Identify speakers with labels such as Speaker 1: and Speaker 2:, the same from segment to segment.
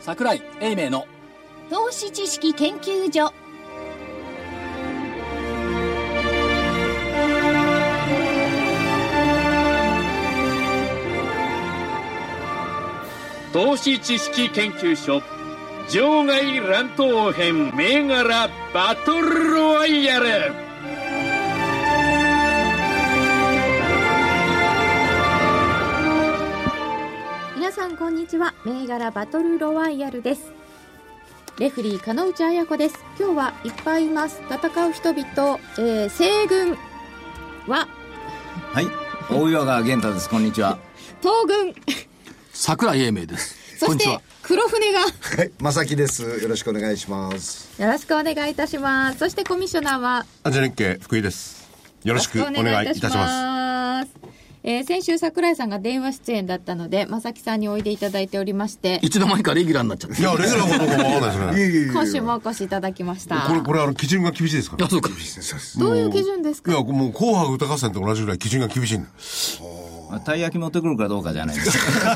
Speaker 1: 桜井英明の
Speaker 2: 投資知識研究所
Speaker 3: 投資知識研究所場外乱闘編銘柄バトルロワイヤル
Speaker 4: 皆さんこんにちは銘柄バトルロワイヤルですレフリー金内彩子です今日はいっぱいいます戦う人々、えー、西軍は
Speaker 5: はい、大岩川源太です。こんにちは。
Speaker 4: 東軍
Speaker 1: 桜井英明です
Speaker 4: そ
Speaker 1: こん
Speaker 4: し
Speaker 1: にちは
Speaker 4: て黒船が
Speaker 6: はい、まさきです。よろしくお願いします。
Speaker 4: よろしくお願いいたしますそしてコミッショナーは
Speaker 7: アンジェリッケ福井です。よろしくお願いいたします。
Speaker 4: ますえー先週桜井さんが電話出演だったので正木さんにおいでいただいておりまして
Speaker 1: いつの間にかレギュラーになっちゃった
Speaker 7: いや、レギュラーことかわかんないですね。
Speaker 4: 今週もお越しいただきました
Speaker 7: これ、これ、あの、基準が厳しいですから。
Speaker 1: あそうか
Speaker 4: どういう基準です
Speaker 7: いや、
Speaker 4: か
Speaker 7: もう、紅白歌合戦と同じぐらい基準が厳しいんだ。
Speaker 5: まあたい焼き持ってくるかどうかじゃないです。
Speaker 7: いや、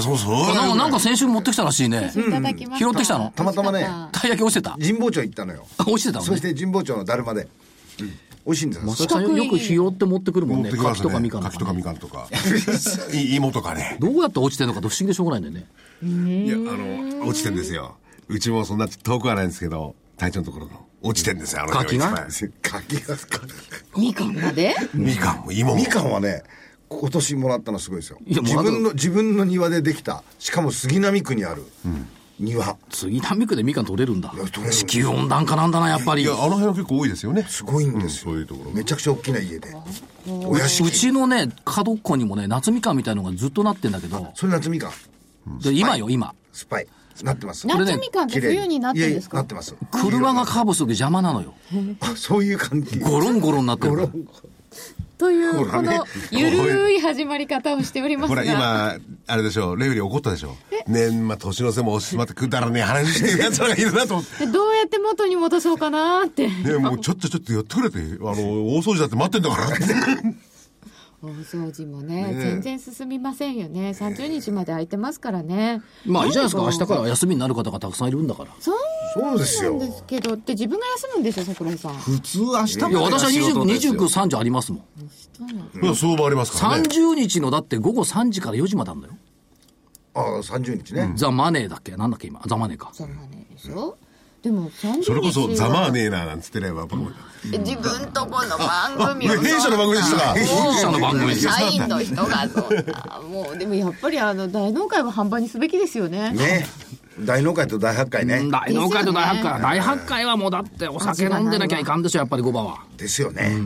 Speaker 7: そうそう。
Speaker 1: なんかなんか先週持ってきたらしいね
Speaker 4: いただきました
Speaker 1: 拾ってきたの
Speaker 6: たまたまね
Speaker 1: たい焼き落ちてた
Speaker 6: 神保町行ったのよ。
Speaker 1: あ落ちてたの
Speaker 6: そ
Speaker 1: ね
Speaker 6: して神保町のだるまで。美味しいんですよ。
Speaker 1: 佐々木さんよく拾って持ってくるもん
Speaker 7: 持っ
Speaker 1: ね
Speaker 7: てきま
Speaker 1: 柿
Speaker 7: す
Speaker 1: とかみ
Speaker 7: ね。
Speaker 1: かんと
Speaker 7: 柿と
Speaker 1: か
Speaker 7: か
Speaker 1: ね
Speaker 7: みかんとか。い芋とかね。
Speaker 1: どうやって落ちてんのかと不思議でしょうがないんだよね
Speaker 7: いや、あの、落ちてんですよ。うちもそんな遠くはないんですけど、隊長のところの。落ちてんですよ、あの
Speaker 1: 柿が
Speaker 7: 一枚
Speaker 6: 柿が、
Speaker 4: みかんまで
Speaker 7: みかんも芋も
Speaker 6: み。かんはね、今年もらったのすごいですよ。
Speaker 1: いやもら
Speaker 6: 自
Speaker 1: った
Speaker 6: 分の、自分の庭でできた、しかも杉並区にある庭。
Speaker 1: 杉並区でみかん取れるんだ
Speaker 6: や取れるんです
Speaker 1: 地
Speaker 6: よ
Speaker 1: 球温暖化なんだなやっぱり
Speaker 7: いや、あの辺は結構多いですよね。
Speaker 6: すごいんですよ。
Speaker 7: うんそういうところ
Speaker 6: めちゃくちゃ大きな家で。お屋敷。
Speaker 1: うちのね角っこにもね夏みかんみたいのがずっとなってんだけど
Speaker 6: それ夏みかん。
Speaker 1: で今よ今
Speaker 6: スパイ。なってます。
Speaker 1: れね
Speaker 4: 夏みかんって
Speaker 6: 綺麗
Speaker 4: 冬になってるんです
Speaker 6: いやいやな
Speaker 4: か
Speaker 6: ってます。
Speaker 1: 車がカーブすると邪魔なのよ
Speaker 6: あそういう感じ。
Speaker 1: ゴロンゴロンになってる
Speaker 6: ゴ
Speaker 1: から
Speaker 6: ロン
Speaker 4: というこ
Speaker 6: ほらね
Speaker 4: のゆるい始まり方をしております
Speaker 7: ほら、
Speaker 4: が
Speaker 7: 今、あれでしょ、レフェリー怒ったでしょ。年、まあ、年の瀬も押しまってくだらねえ話してる奴らがいるなと 思って。
Speaker 4: でどうやって元に戻そうかなーって
Speaker 7: ねもうちょっとちょっとやってくれて、あの、大掃除だって待ってんだから。
Speaker 4: 大掃除もね全然進みませんよね30日まで空いてますからね
Speaker 1: まあいいじゃないですか明
Speaker 4: 何
Speaker 1: 日から休みになる方がたくさんいるんだから
Speaker 4: そ
Speaker 6: そうです
Speaker 4: う
Speaker 6: よ
Speaker 4: なん。ですけどって自分が休むんですよ桜井さん
Speaker 5: 普通明日
Speaker 1: いや
Speaker 5: も
Speaker 1: 私は29、29、
Speaker 5: 29
Speaker 1: 30ありますもん。
Speaker 7: まあ、相場ありますからね。
Speaker 1: 30日のだって午後3時から4時まであるんだよ。
Speaker 6: ああ、30日ね。
Speaker 1: ザ・マネーだっけなんだっけ今。ザ・マネーか。
Speaker 4: ざまねでしょでも30日
Speaker 7: それこそ、ざまあ
Speaker 4: ね
Speaker 7: ねえな、なんつってれば、僕も
Speaker 4: 自分とこの番組を
Speaker 7: あ弊社の番組でしたか
Speaker 4: もう
Speaker 1: 弊社の番組ですよ
Speaker 4: 社員の人がそんなもうでもやっぱりあの大納会は販売にすべきですよね
Speaker 6: ね。大納会と大発会ね。
Speaker 1: 大納会と大発会。大発会はもうだってお酒飲んでなきゃいかんでしょ、やっぱり5番は。
Speaker 6: ですよね。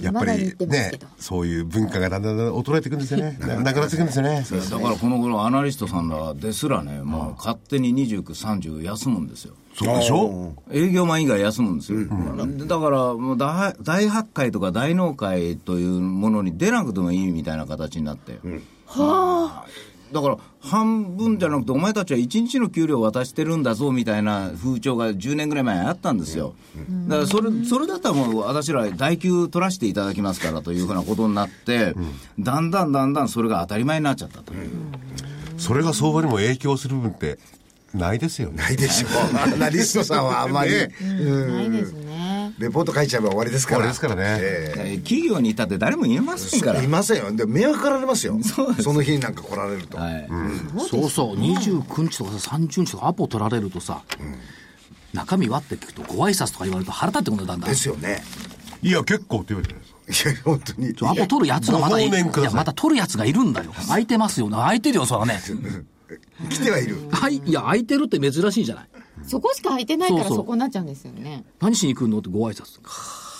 Speaker 7: やっ
Speaker 4: ま
Speaker 7: ぱ
Speaker 4: だ言っ
Speaker 7: り
Speaker 4: てますけ
Speaker 7: ね
Speaker 4: ど、
Speaker 7: そういう文化がだんだんだん衰えていくんですよね。ななくなっていくんですよね。
Speaker 5: だからこの頃アナリストさんらですらね、もう勝手に29、30休むんですよ。
Speaker 7: そうでしょ
Speaker 5: 営業マン以外休むんですよ。だからもう大大発会とか大納会というものに出なくてもいいみたいな形になって。だから半分じゃなくてお前たちは1日の給料渡してるんだぞみたいな風潮が10年ぐらい前あったんですよだからそれそれだったらもう私ら代給取らせていただきますからというふうなことになってだんだんだんだんそれが当たり前になっちゃったと
Speaker 7: それが相場にも影響する部分って、ないですよね。
Speaker 6: ないでしょ う。アナリストさんはあんまり。
Speaker 7: ね
Speaker 4: ないですね
Speaker 6: レポート書いちゃえば終わりですから。
Speaker 7: 終わりですからね
Speaker 6: ええ
Speaker 5: えー企業にいたって誰も言えませんから
Speaker 6: いませんよ。で、迷惑かられますよ。その日になんか来られると。
Speaker 5: はい
Speaker 1: そうそう。29日とかさ、30日とかアポ取られるとさ、中身はって聞くとご挨拶とか言われると腹立ってくるんだよだんだん
Speaker 6: で。すよね。
Speaker 7: いや、結構って言われてないですか。
Speaker 6: いや、本当に。
Speaker 1: ちょアポ取るやつがまだい
Speaker 7: ご
Speaker 1: い
Speaker 7: 放念くださ
Speaker 1: や、
Speaker 7: い
Speaker 1: また取るやつがいるんだよ。空いてますよな。空いてるよ、そらね。
Speaker 6: 来てはいる。
Speaker 1: はい。いや、空いてるって珍しいじゃない。
Speaker 4: そこしか空いてないから
Speaker 1: そうそう
Speaker 4: そこになっちゃうんですよね
Speaker 1: 何しに来るのってご挨拶。か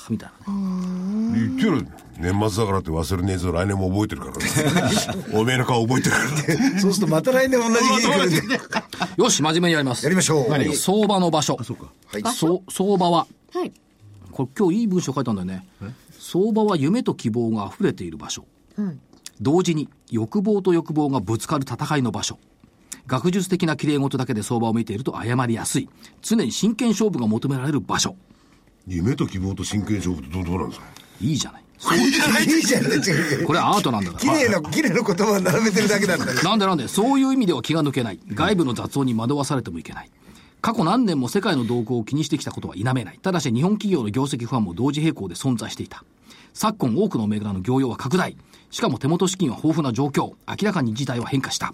Speaker 1: ーみたいなね。
Speaker 7: 言ってる。年末だからって忘れねえぞ、来年も覚えてるからね。おめえの顔覚えてるからね。
Speaker 6: そうするとまた来年同じ日に来るんで。
Speaker 1: よし、真面目にやります
Speaker 6: やり。ましょう。
Speaker 1: えー相場の場所。
Speaker 6: はい
Speaker 1: そう相場は、
Speaker 4: はい
Speaker 1: これ今日いい文章書いたんだよね。相場は夢と希望が溢れている場所。
Speaker 4: はい
Speaker 1: 同時に欲望と欲望がぶつかる戦いの場所。学術的な綺麗事だけで相場を見ていると誤りやすい。常に真剣勝負が求められる場所。
Speaker 7: 夢と希望と真剣勝負ってどうどうなんですか
Speaker 1: いいじゃない。
Speaker 6: いいじゃんね、違う。
Speaker 1: これはアートなんだか
Speaker 6: 綺
Speaker 1: ら。
Speaker 6: 麗な、綺麗な言葉を並べてるだけなんだから。
Speaker 1: なんでなんで、そういう意味では気が抜けない。外部の雑音に惑わされてもいけない。過去何年も世界の動向を気にしてきたことは否めない。ただし日本企業の業績不安も同時並行で存在していた。昨今多くの銘柄の業用は拡大。しかも手元資金は豊富な状況。明らかに事態は変化した。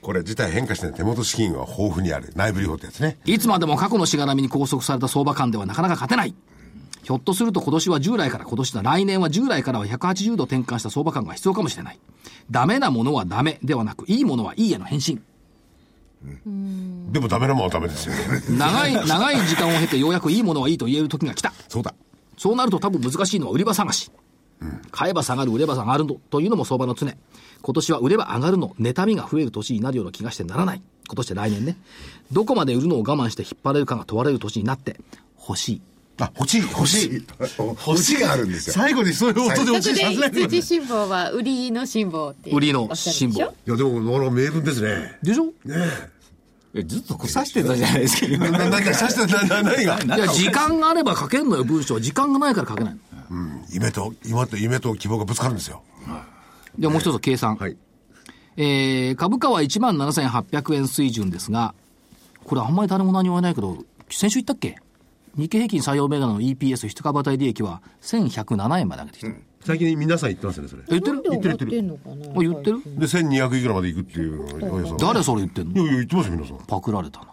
Speaker 7: これ自体変化して手元資金は豊富にある内部留保ってやつね
Speaker 1: いつまでも過去のしがらみに拘束された相場感ではなかなか勝てない。ひょっとすると今年は従来から今年だ、来年は従来からは180度転換した相場感が必要かもしれない。ダメなものはダメではなく、いいものはいいへの変身。
Speaker 7: でもダメなもんはダメですよね
Speaker 1: 長い、長い時間を経てようやくいいものはいいと言える時が来た。
Speaker 7: そうだ
Speaker 1: そうなると多分難しいのは売り場探し。買えば下がる、売れば下がるのというのも相場の常。今年は売れば上がるの、妬みが増える年になるような気がしてならない。今年で来年ね。どこまで売るのを我慢して引っ張れるかが問われる年になって、欲しい。
Speaker 7: あ欲しい欲しい
Speaker 6: 星があるんですよ。
Speaker 8: 最後にそういう音で落
Speaker 4: そ
Speaker 8: ち
Speaker 4: れ
Speaker 8: るさせない
Speaker 4: で
Speaker 8: で
Speaker 4: 羊辛抱は売りの辛抱って
Speaker 1: 売りの辛抱
Speaker 4: おっしゃるでしょ
Speaker 7: いやでもなかなか名分ですね
Speaker 1: でしょ
Speaker 5: ずっとこう刺してたじゃないですか今
Speaker 7: 何がさしてなな何が
Speaker 1: いや、時間があれば書けんのよ、文章は。時間がないから書けないの。
Speaker 7: 夢と今と夢と希望がぶつかるんですよ
Speaker 1: ではもう一つ計算。
Speaker 7: はい
Speaker 1: えー、株価は17,800円水準ですが、これあんまり誰も何も言わないけど、先週言ったっけ日経平均採用銘柄の EPS、一株当たり利益は1107円まで上げてきた。
Speaker 7: 最近皆さん言ってますねそれ
Speaker 1: え言ってる言ってる
Speaker 4: 言ってんのかな
Speaker 1: あ言ってる
Speaker 7: で1200いくらまでいくっていうのがおやさん
Speaker 1: 誰それ言ってん
Speaker 7: い
Speaker 1: の
Speaker 7: やいや言ってますよ皆さん
Speaker 1: パクられたな。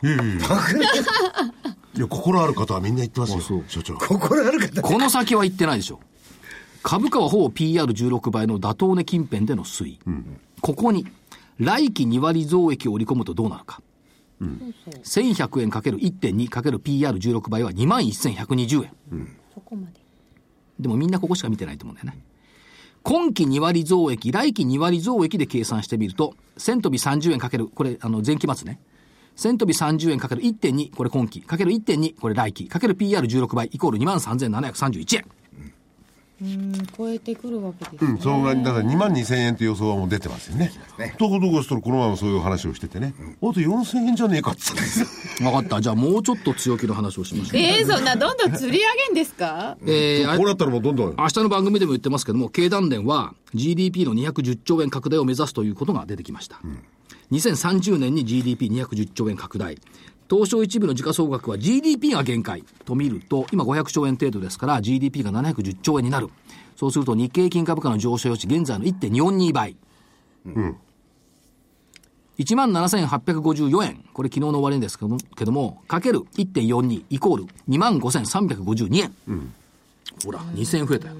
Speaker 7: いや心ある方はみんな言ってますよ
Speaker 1: そう
Speaker 7: 所長
Speaker 6: 心ある方。
Speaker 1: この先は言ってないでしょ。株価はほぼ PR16 倍の妥当値近辺での推移。ここに、来期2割増益を織り込むとどうなるか。1100円 ×1.2×PR16 倍は21,120円。
Speaker 4: そこまで
Speaker 1: でもみんなここしか見てないと思うんだよね。今期2割増益、来期2割増益で計算してみると、1000飛び30円かける、これ、あの、前期末ね。1000飛び30円かける1.2、これ今期、かける1.2、これ来期、かける PR16 倍、イコール23,731円。
Speaker 4: うん超えてくるわけです
Speaker 7: う
Speaker 4: ね
Speaker 7: んそのぐらいにだから2万2000円という予想はもう出てますよねとことこしたらこのままそういう話をしててね、あと4000円じゃねえかっつって
Speaker 1: わかった。じゃあもうちょっと強気の話をしましょう。
Speaker 4: えー、そんなどんどん釣り上げんですか
Speaker 1: えーあ
Speaker 7: こうなったらもうどんどん
Speaker 1: 明日の番組でも言ってますけども、経団連は GDP の210兆円拡大を目指すということが出てきました。2030年に GDP210 兆円拡大。東証一部の時価総額は GDP が限界と見ると、今500兆円程度ですから GDP が710兆円になる。そうすると日経平均株価の上昇余地、現在の1.242倍。17,854円。これ昨日の終値ですけども、けども、かける1.42イコール25,352円。ほら、2,000円増えたよ。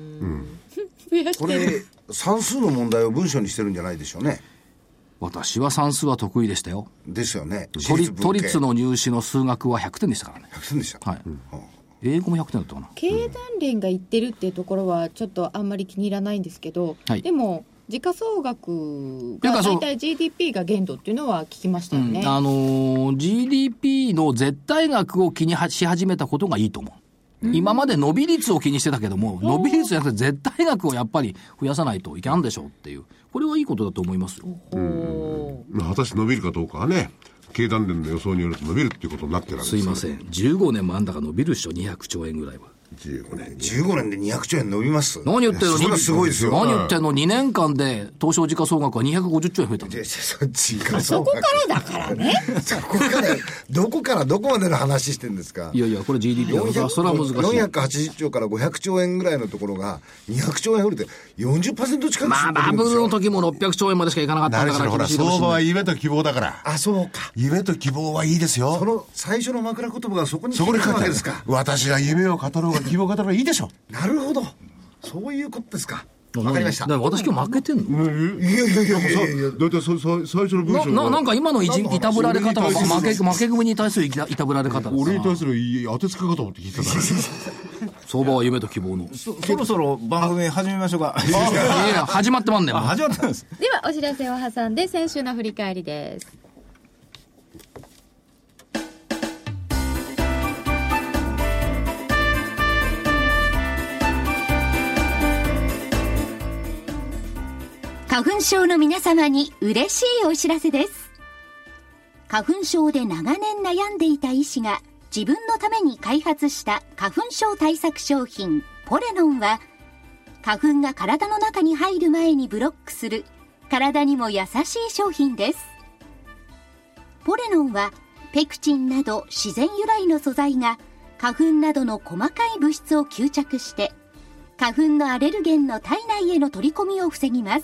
Speaker 4: 増や
Speaker 6: こ
Speaker 4: してる
Speaker 6: れ、算数の問題を文章にしてるんじゃないでしょうね。
Speaker 1: 私は算数は得意でしたよ。
Speaker 6: ですよね。
Speaker 1: 都立都立
Speaker 6: の。
Speaker 1: の入試の数学は100点でしたからね。
Speaker 6: そうでした。
Speaker 1: はい。英語も100点だったかな。
Speaker 4: 経団連が言ってるっていうところはちょっとあんまり気に入らないんですけど、
Speaker 1: はい
Speaker 4: でも時価総額
Speaker 1: ていうか
Speaker 4: が
Speaker 1: そう
Speaker 4: 大体 GDP が限度っていうのは聞きましたよね、
Speaker 1: あのー GDP の絶対額を気にはし始めたことがいいと思う。今まで伸び率を気にしてたけども、伸び率じゃなくて絶対額をやっぱり増やさないといけないんでしょうっていう。これはいいことだと思いますよ。
Speaker 4: ほう
Speaker 7: 果たして伸びるかどうかはね経団連の予想によると伸びるっていうことになってるわけ
Speaker 1: す
Speaker 7: で
Speaker 1: い
Speaker 7: す
Speaker 1: ません。15年もあんだが伸びるっしょ、200兆円ぐらいは。
Speaker 7: 15年
Speaker 6: 15年で200兆円伸びます。
Speaker 1: 何言ってるの
Speaker 6: それはすごいですよ。
Speaker 1: 何言ってんの ?2 年間で東証時価総額は250兆円増えたんだよ
Speaker 6: でそっちかそこからだからね。そこから、どこからどこまでの話してんですか
Speaker 1: い。やいや、これ GDP だから、それは難しい。
Speaker 6: 480兆から500兆円ぐらいのところが200兆円降りて40%近く
Speaker 1: まあ、バブルの
Speaker 6: と
Speaker 1: 時も600兆円までしかいかなかったん
Speaker 7: 何
Speaker 1: だ
Speaker 7: しろ
Speaker 1: か
Speaker 7: ほ
Speaker 1: ら
Speaker 7: ら
Speaker 1: 厳しいかもしれ
Speaker 7: 相場
Speaker 1: な。
Speaker 7: はい夢と希望だから
Speaker 6: あそうか
Speaker 7: 夢と希望はいいです
Speaker 6: そ
Speaker 7: よ
Speaker 6: の最初の枕言葉がそこに
Speaker 7: そこに
Speaker 6: 来
Speaker 7: 書いてあ
Speaker 6: たわけ
Speaker 7: る
Speaker 6: ですか
Speaker 7: 私が夢を語ろうが希望を語ろうがいいでしょ
Speaker 6: なるほどそういうことですかわかりましたい
Speaker 1: だら私今日負けてんの
Speaker 6: やいやいやいやいや
Speaker 7: だいたい最初の文
Speaker 1: なななんか今のいじ
Speaker 6: 何の話
Speaker 1: いたぶられ方は
Speaker 7: 俺に対
Speaker 1: 負
Speaker 7: する
Speaker 1: け負け組に対するいたいたぶられ方ですから
Speaker 7: する当てつけかと思って聞いてたから
Speaker 1: 相場は夢と希望のい
Speaker 5: そ そろそろ番組始めましょうか
Speaker 1: やいや始まってまんねん
Speaker 5: あ 始まったんです
Speaker 4: ではお知らせを挟んで先週の振り返りです
Speaker 2: 花粉症の皆様に嬉しいお知らせです。花粉症で長年悩んでいた医師が自分のために開発した花粉症対策商品、ポレノンは花粉が体の中に入る前にブロックする体にも優しい商品ですポレノンはペクチンなど自然由来の素材が花粉などの細かい物質を吸着して花粉のアレルゲンの体内への取り込みを防ぎます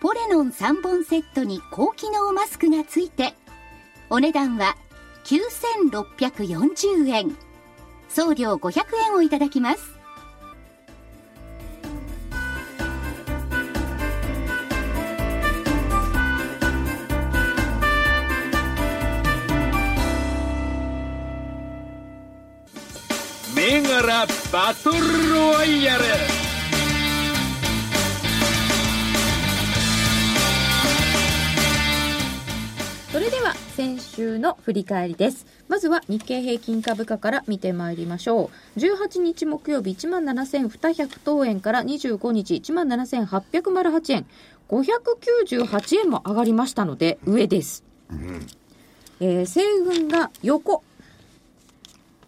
Speaker 2: ポレノン3本セットに高機能マスクがついてお値段は9640円送料500円をいただきます
Speaker 3: 銘柄バトルロワイヤル
Speaker 4: それでは先週の振り返りですまずは日経平均株価から見てまいりましょう18日木曜日1万7200等円から25日1万7808円598円も上がりましたので上です、えー西軍が横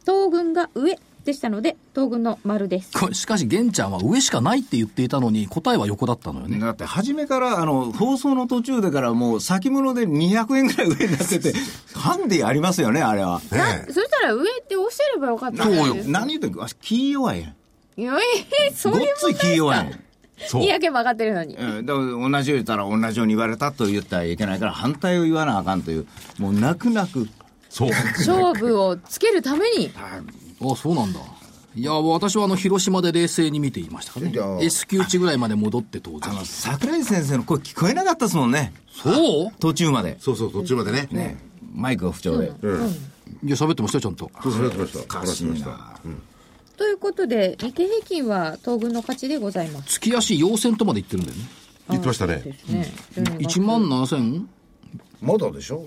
Speaker 4: 東軍が上でしたので東軍の丸です
Speaker 1: これしかし玄ちゃんは上しかないって言っていたのに答えは横だったのよね
Speaker 5: だって初めからあの放送の途中だからもう先物で200円ぐらい上にな っててハンディありますよねあれは
Speaker 7: ね
Speaker 4: そしたら上って教えればよかったんです
Speaker 5: 何言ってんのわし気弱いやん
Speaker 4: いやいやそ
Speaker 5: ごっ
Speaker 4: ういう
Speaker 5: つい気弱いやん
Speaker 7: そう
Speaker 4: 200円も上がってるの に
Speaker 5: うんだから同じよう言ったら同じように言われたと言ったらいけないから反対を言わなあかんというもう泣く泣く
Speaker 7: そう
Speaker 4: 勝負をつけるために
Speaker 1: あそうなんだいや私はあの広島で冷静に見ていましたからね
Speaker 6: じゃあ
Speaker 1: S q 値ぐらいまで戻って当
Speaker 5: あ
Speaker 1: 然
Speaker 5: の桜井先生の声聞こえなかったですもんね
Speaker 1: そう
Speaker 5: 途中まで
Speaker 7: そうそう途中までねね
Speaker 5: マイクが不調で
Speaker 1: いや喋ってましたよちゃんと
Speaker 7: そうそう話しました話しまし
Speaker 5: おか
Speaker 7: たうん
Speaker 4: ということで日経平均は東軍の勝ちでございます
Speaker 1: 月足陽線とまで行ってるんだよね
Speaker 7: 言ってましたね
Speaker 4: ですね、うん
Speaker 1: 1万7590
Speaker 6: まだでしょ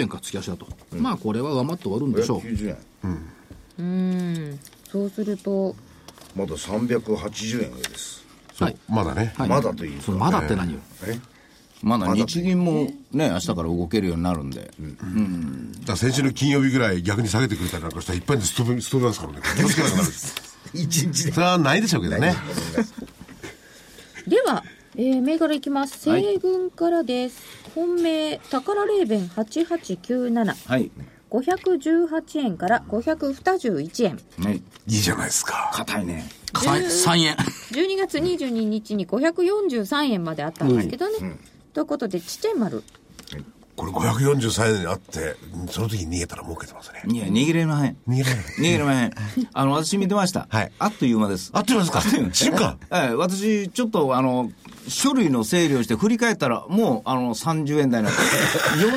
Speaker 1: 円か月足だと、まあこれは上回って終わるんでしょう
Speaker 6: 590円
Speaker 4: うんそうすると
Speaker 6: まだ380円上です
Speaker 7: そうまだね
Speaker 1: はい
Speaker 6: まだという
Speaker 1: そのまだって何よ、
Speaker 6: え
Speaker 5: まだ日銀もね明日から動けるようになるんで
Speaker 7: だから先週の金曜日ぐらい逆に下げてくれたりなんかしたらいっぱいでストーブストーブますからね気をつけなくなる
Speaker 6: 一日で
Speaker 7: それはないでしょうけどね
Speaker 4: では、えー、銘柄いきます西軍からです、本命宝レーベン8897
Speaker 5: はい
Speaker 4: 518円から521円
Speaker 5: はい
Speaker 7: いいじゃないですか
Speaker 5: 硬いね
Speaker 1: 三3円
Speaker 4: 12月22日に543円まであったんですけどね、ということでちっちゃい丸
Speaker 7: これ543円にあってその時に逃げたら儲けてますね
Speaker 5: いや逃げれまへん
Speaker 7: 逃げられない
Speaker 5: 逃げれまへんあの私見てました
Speaker 7: はい
Speaker 5: あっという間です
Speaker 7: あっという間ですか瞬 間
Speaker 5: ええ私ちょっとあの書類の整理をして振り返ったらもうあの30円台になって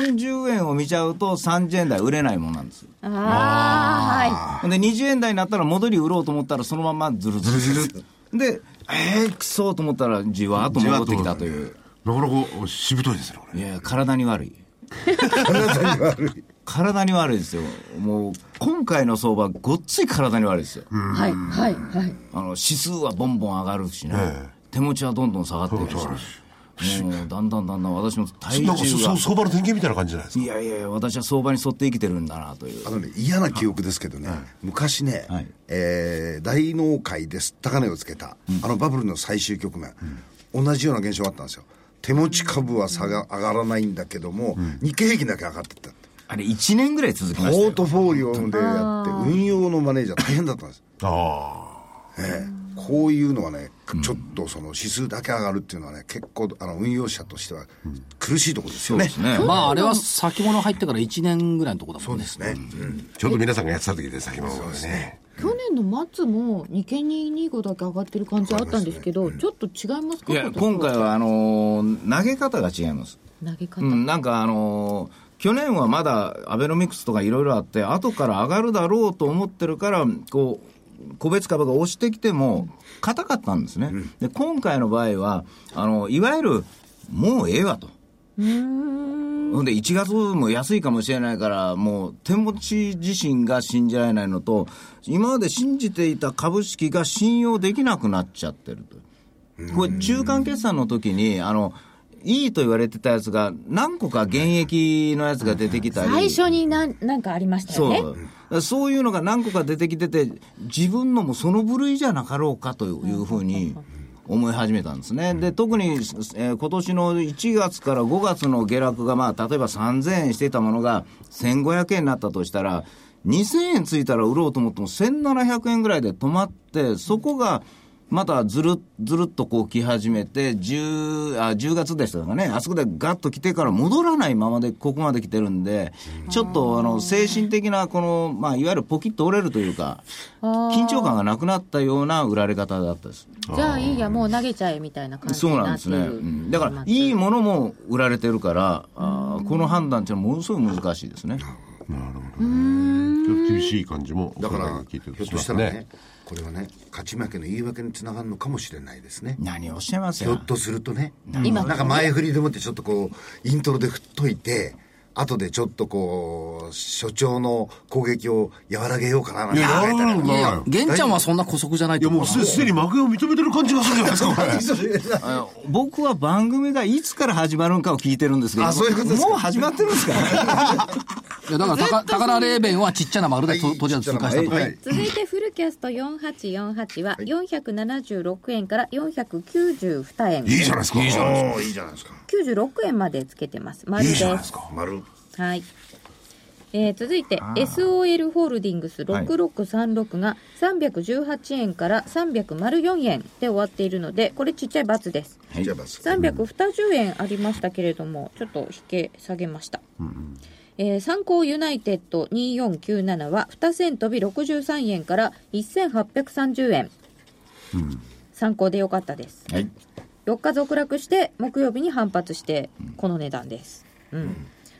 Speaker 5: 40円を見ちゃうと30円台売れないもんなんです
Speaker 4: ああ
Speaker 5: で20円台になったら戻り売ろうと思ったらそのままズルズルズルでえー、くそーと思ったらじわーっと戻ってきたという
Speaker 7: なかなかしぶといですねこ
Speaker 5: い
Speaker 7: れ
Speaker 5: や体に悪い
Speaker 6: 体に悪い
Speaker 5: 体に悪いですよもう今回の相場ごっつい体に悪いですよ
Speaker 4: はいはいはいはい
Speaker 5: あの指数はボンボン上がるしね、
Speaker 7: ええ
Speaker 5: 手持ちはどんどん下がってるし
Speaker 7: そう
Speaker 5: もうだんだんだんだん私の体重
Speaker 7: なんかそ
Speaker 5: が
Speaker 7: そ相場の典型みたいな感じじゃないですか
Speaker 5: いやいやいや私は相場に沿って生きてるんだなという
Speaker 6: あのね、嫌な記憶ですけどね、昔ね、
Speaker 5: はい
Speaker 6: えー大納会です高値をつけた、あのバブルの最終局面、同じような現象があったんですよ。手持ち株は下が上がらないんだけども、日経平均だけ上がってったって。
Speaker 5: あれ1年ぐらい続き
Speaker 6: ポ
Speaker 5: ました
Speaker 6: ー
Speaker 5: よ
Speaker 6: トフォリオでやって、運用のマネージャー大変だったんです。
Speaker 7: ああ
Speaker 6: ええこういうのはね、ちょっとその指数だけ上がるっていうのはね、結構あの運用者としては苦しいところです
Speaker 5: そ
Speaker 6: よ
Speaker 5: うで
Speaker 6: ね。
Speaker 5: すね
Speaker 1: まああれは先物入ってから1年ぐらいのとこだもんね
Speaker 6: ね
Speaker 7: ちょうど皆さんがやってた時で先物ですね
Speaker 4: 去年の末も2件225だけ上がってる感じあったんですけど、ちょっと違いますか
Speaker 5: いや
Speaker 4: これ
Speaker 5: 今回はあのー投げ方が違います
Speaker 4: 投げ方、
Speaker 5: うん、なんかあのー去年はまだアベノミクスとかいろいろあって、後から上がるだろうと思ってるから、こう、個別株が押してきても、硬かったんですね。で、今回の場合は、あの、いわゆる、もうええわと。ほんで、1月も安いかもしれないから、もう、手持ち自身が信じられないのと、今まで信じていた株式が信用できなくなっちゃってると。これ、中間決算の時に、あの、いいと言われてたやつが、何個か現役のやつが出てきたり。
Speaker 4: 最初になんなんかありましたよね
Speaker 5: そう。そういうのが何個か出てきてて、自分のもその部類じゃなかろうかというふうに思い始めたんですね。で、特に、えー今年の1月から5月の下落が、まあ、例えば3000円していたものが1500円になったとしたら、2000円ついたら売ろうと思っても1700円ぐらいで止まって、そこが、またずるっずるっとこう来始めて10あ、10月でしたかね、あそこでガッと来てから戻らないままでここまで来てるんで、ちょっとあの精神的なこの、まあ、いわゆるポキッと折れるというか、緊張感がなくなったような売られ方だったです。
Speaker 4: じゃあいいやもう投げちゃえみたいな感じ
Speaker 5: そう
Speaker 4: に
Speaker 5: なん
Speaker 4: なっ
Speaker 5: で
Speaker 4: て
Speaker 5: す
Speaker 4: いる
Speaker 5: ね、うんだからいいものも売られてるから、あーこの判断っていうのはものすごい難しいですね。
Speaker 7: ちょっと厳しい感じも
Speaker 6: だから、
Speaker 7: 聞
Speaker 6: ひ
Speaker 7: いて
Speaker 6: ょ
Speaker 7: る
Speaker 6: っとしたらね、これはね、勝ち負けの言い訳につながるのかもしれないですね。
Speaker 5: 何をおっしゃいます
Speaker 6: ひょ
Speaker 5: よ
Speaker 6: っ。とするとね、なんか前振りでもってちょっとこう、イントロで振っといて、後でちょっとこう、所長の攻撃を和らげようかななん
Speaker 7: い
Speaker 6: て
Speaker 7: や
Speaker 6: 考え
Speaker 7: や
Speaker 6: た
Speaker 7: ら
Speaker 6: ら
Speaker 7: な。く
Speaker 1: い
Speaker 7: ならない
Speaker 1: や
Speaker 7: よ、
Speaker 1: 玄ちゃんはそんな姑息じゃない
Speaker 7: い
Speaker 1: と
Speaker 7: や
Speaker 1: 思
Speaker 7: も
Speaker 1: う
Speaker 7: う
Speaker 1: な。
Speaker 7: すすでに負けを認めてる感じがするじゃないですかこれ
Speaker 5: あの僕は番組がいつから始まるのかを聞いてるんですけど、
Speaker 6: あそういうことですか
Speaker 5: もう始まってるんです か
Speaker 1: いやだから高、高田レーベンはちっちゃな丸でととりあえず通過したと。
Speaker 6: はい
Speaker 4: 続いてフルキャスト4848は476円から492円
Speaker 7: いいじゃないですかいいじゃないですか
Speaker 6: おーいいじゃないですか。
Speaker 4: 96円までつけてます丸
Speaker 7: い
Speaker 4: で
Speaker 7: いじ
Speaker 4: す
Speaker 7: ゃないですか
Speaker 6: 丸。
Speaker 4: はいえー続いて SOL ホールディングス6636が318円から304円で終わっているのでこれちっちゃいバツです
Speaker 6: じゃあバス。
Speaker 4: 320円ありましたけれどもちょっと引け下げました、えー参考ユナイテッド2497は2千飛び63円から1830円、参考でよかったです
Speaker 5: はい
Speaker 4: 4日続落して木曜日に反発してこの値段です、うん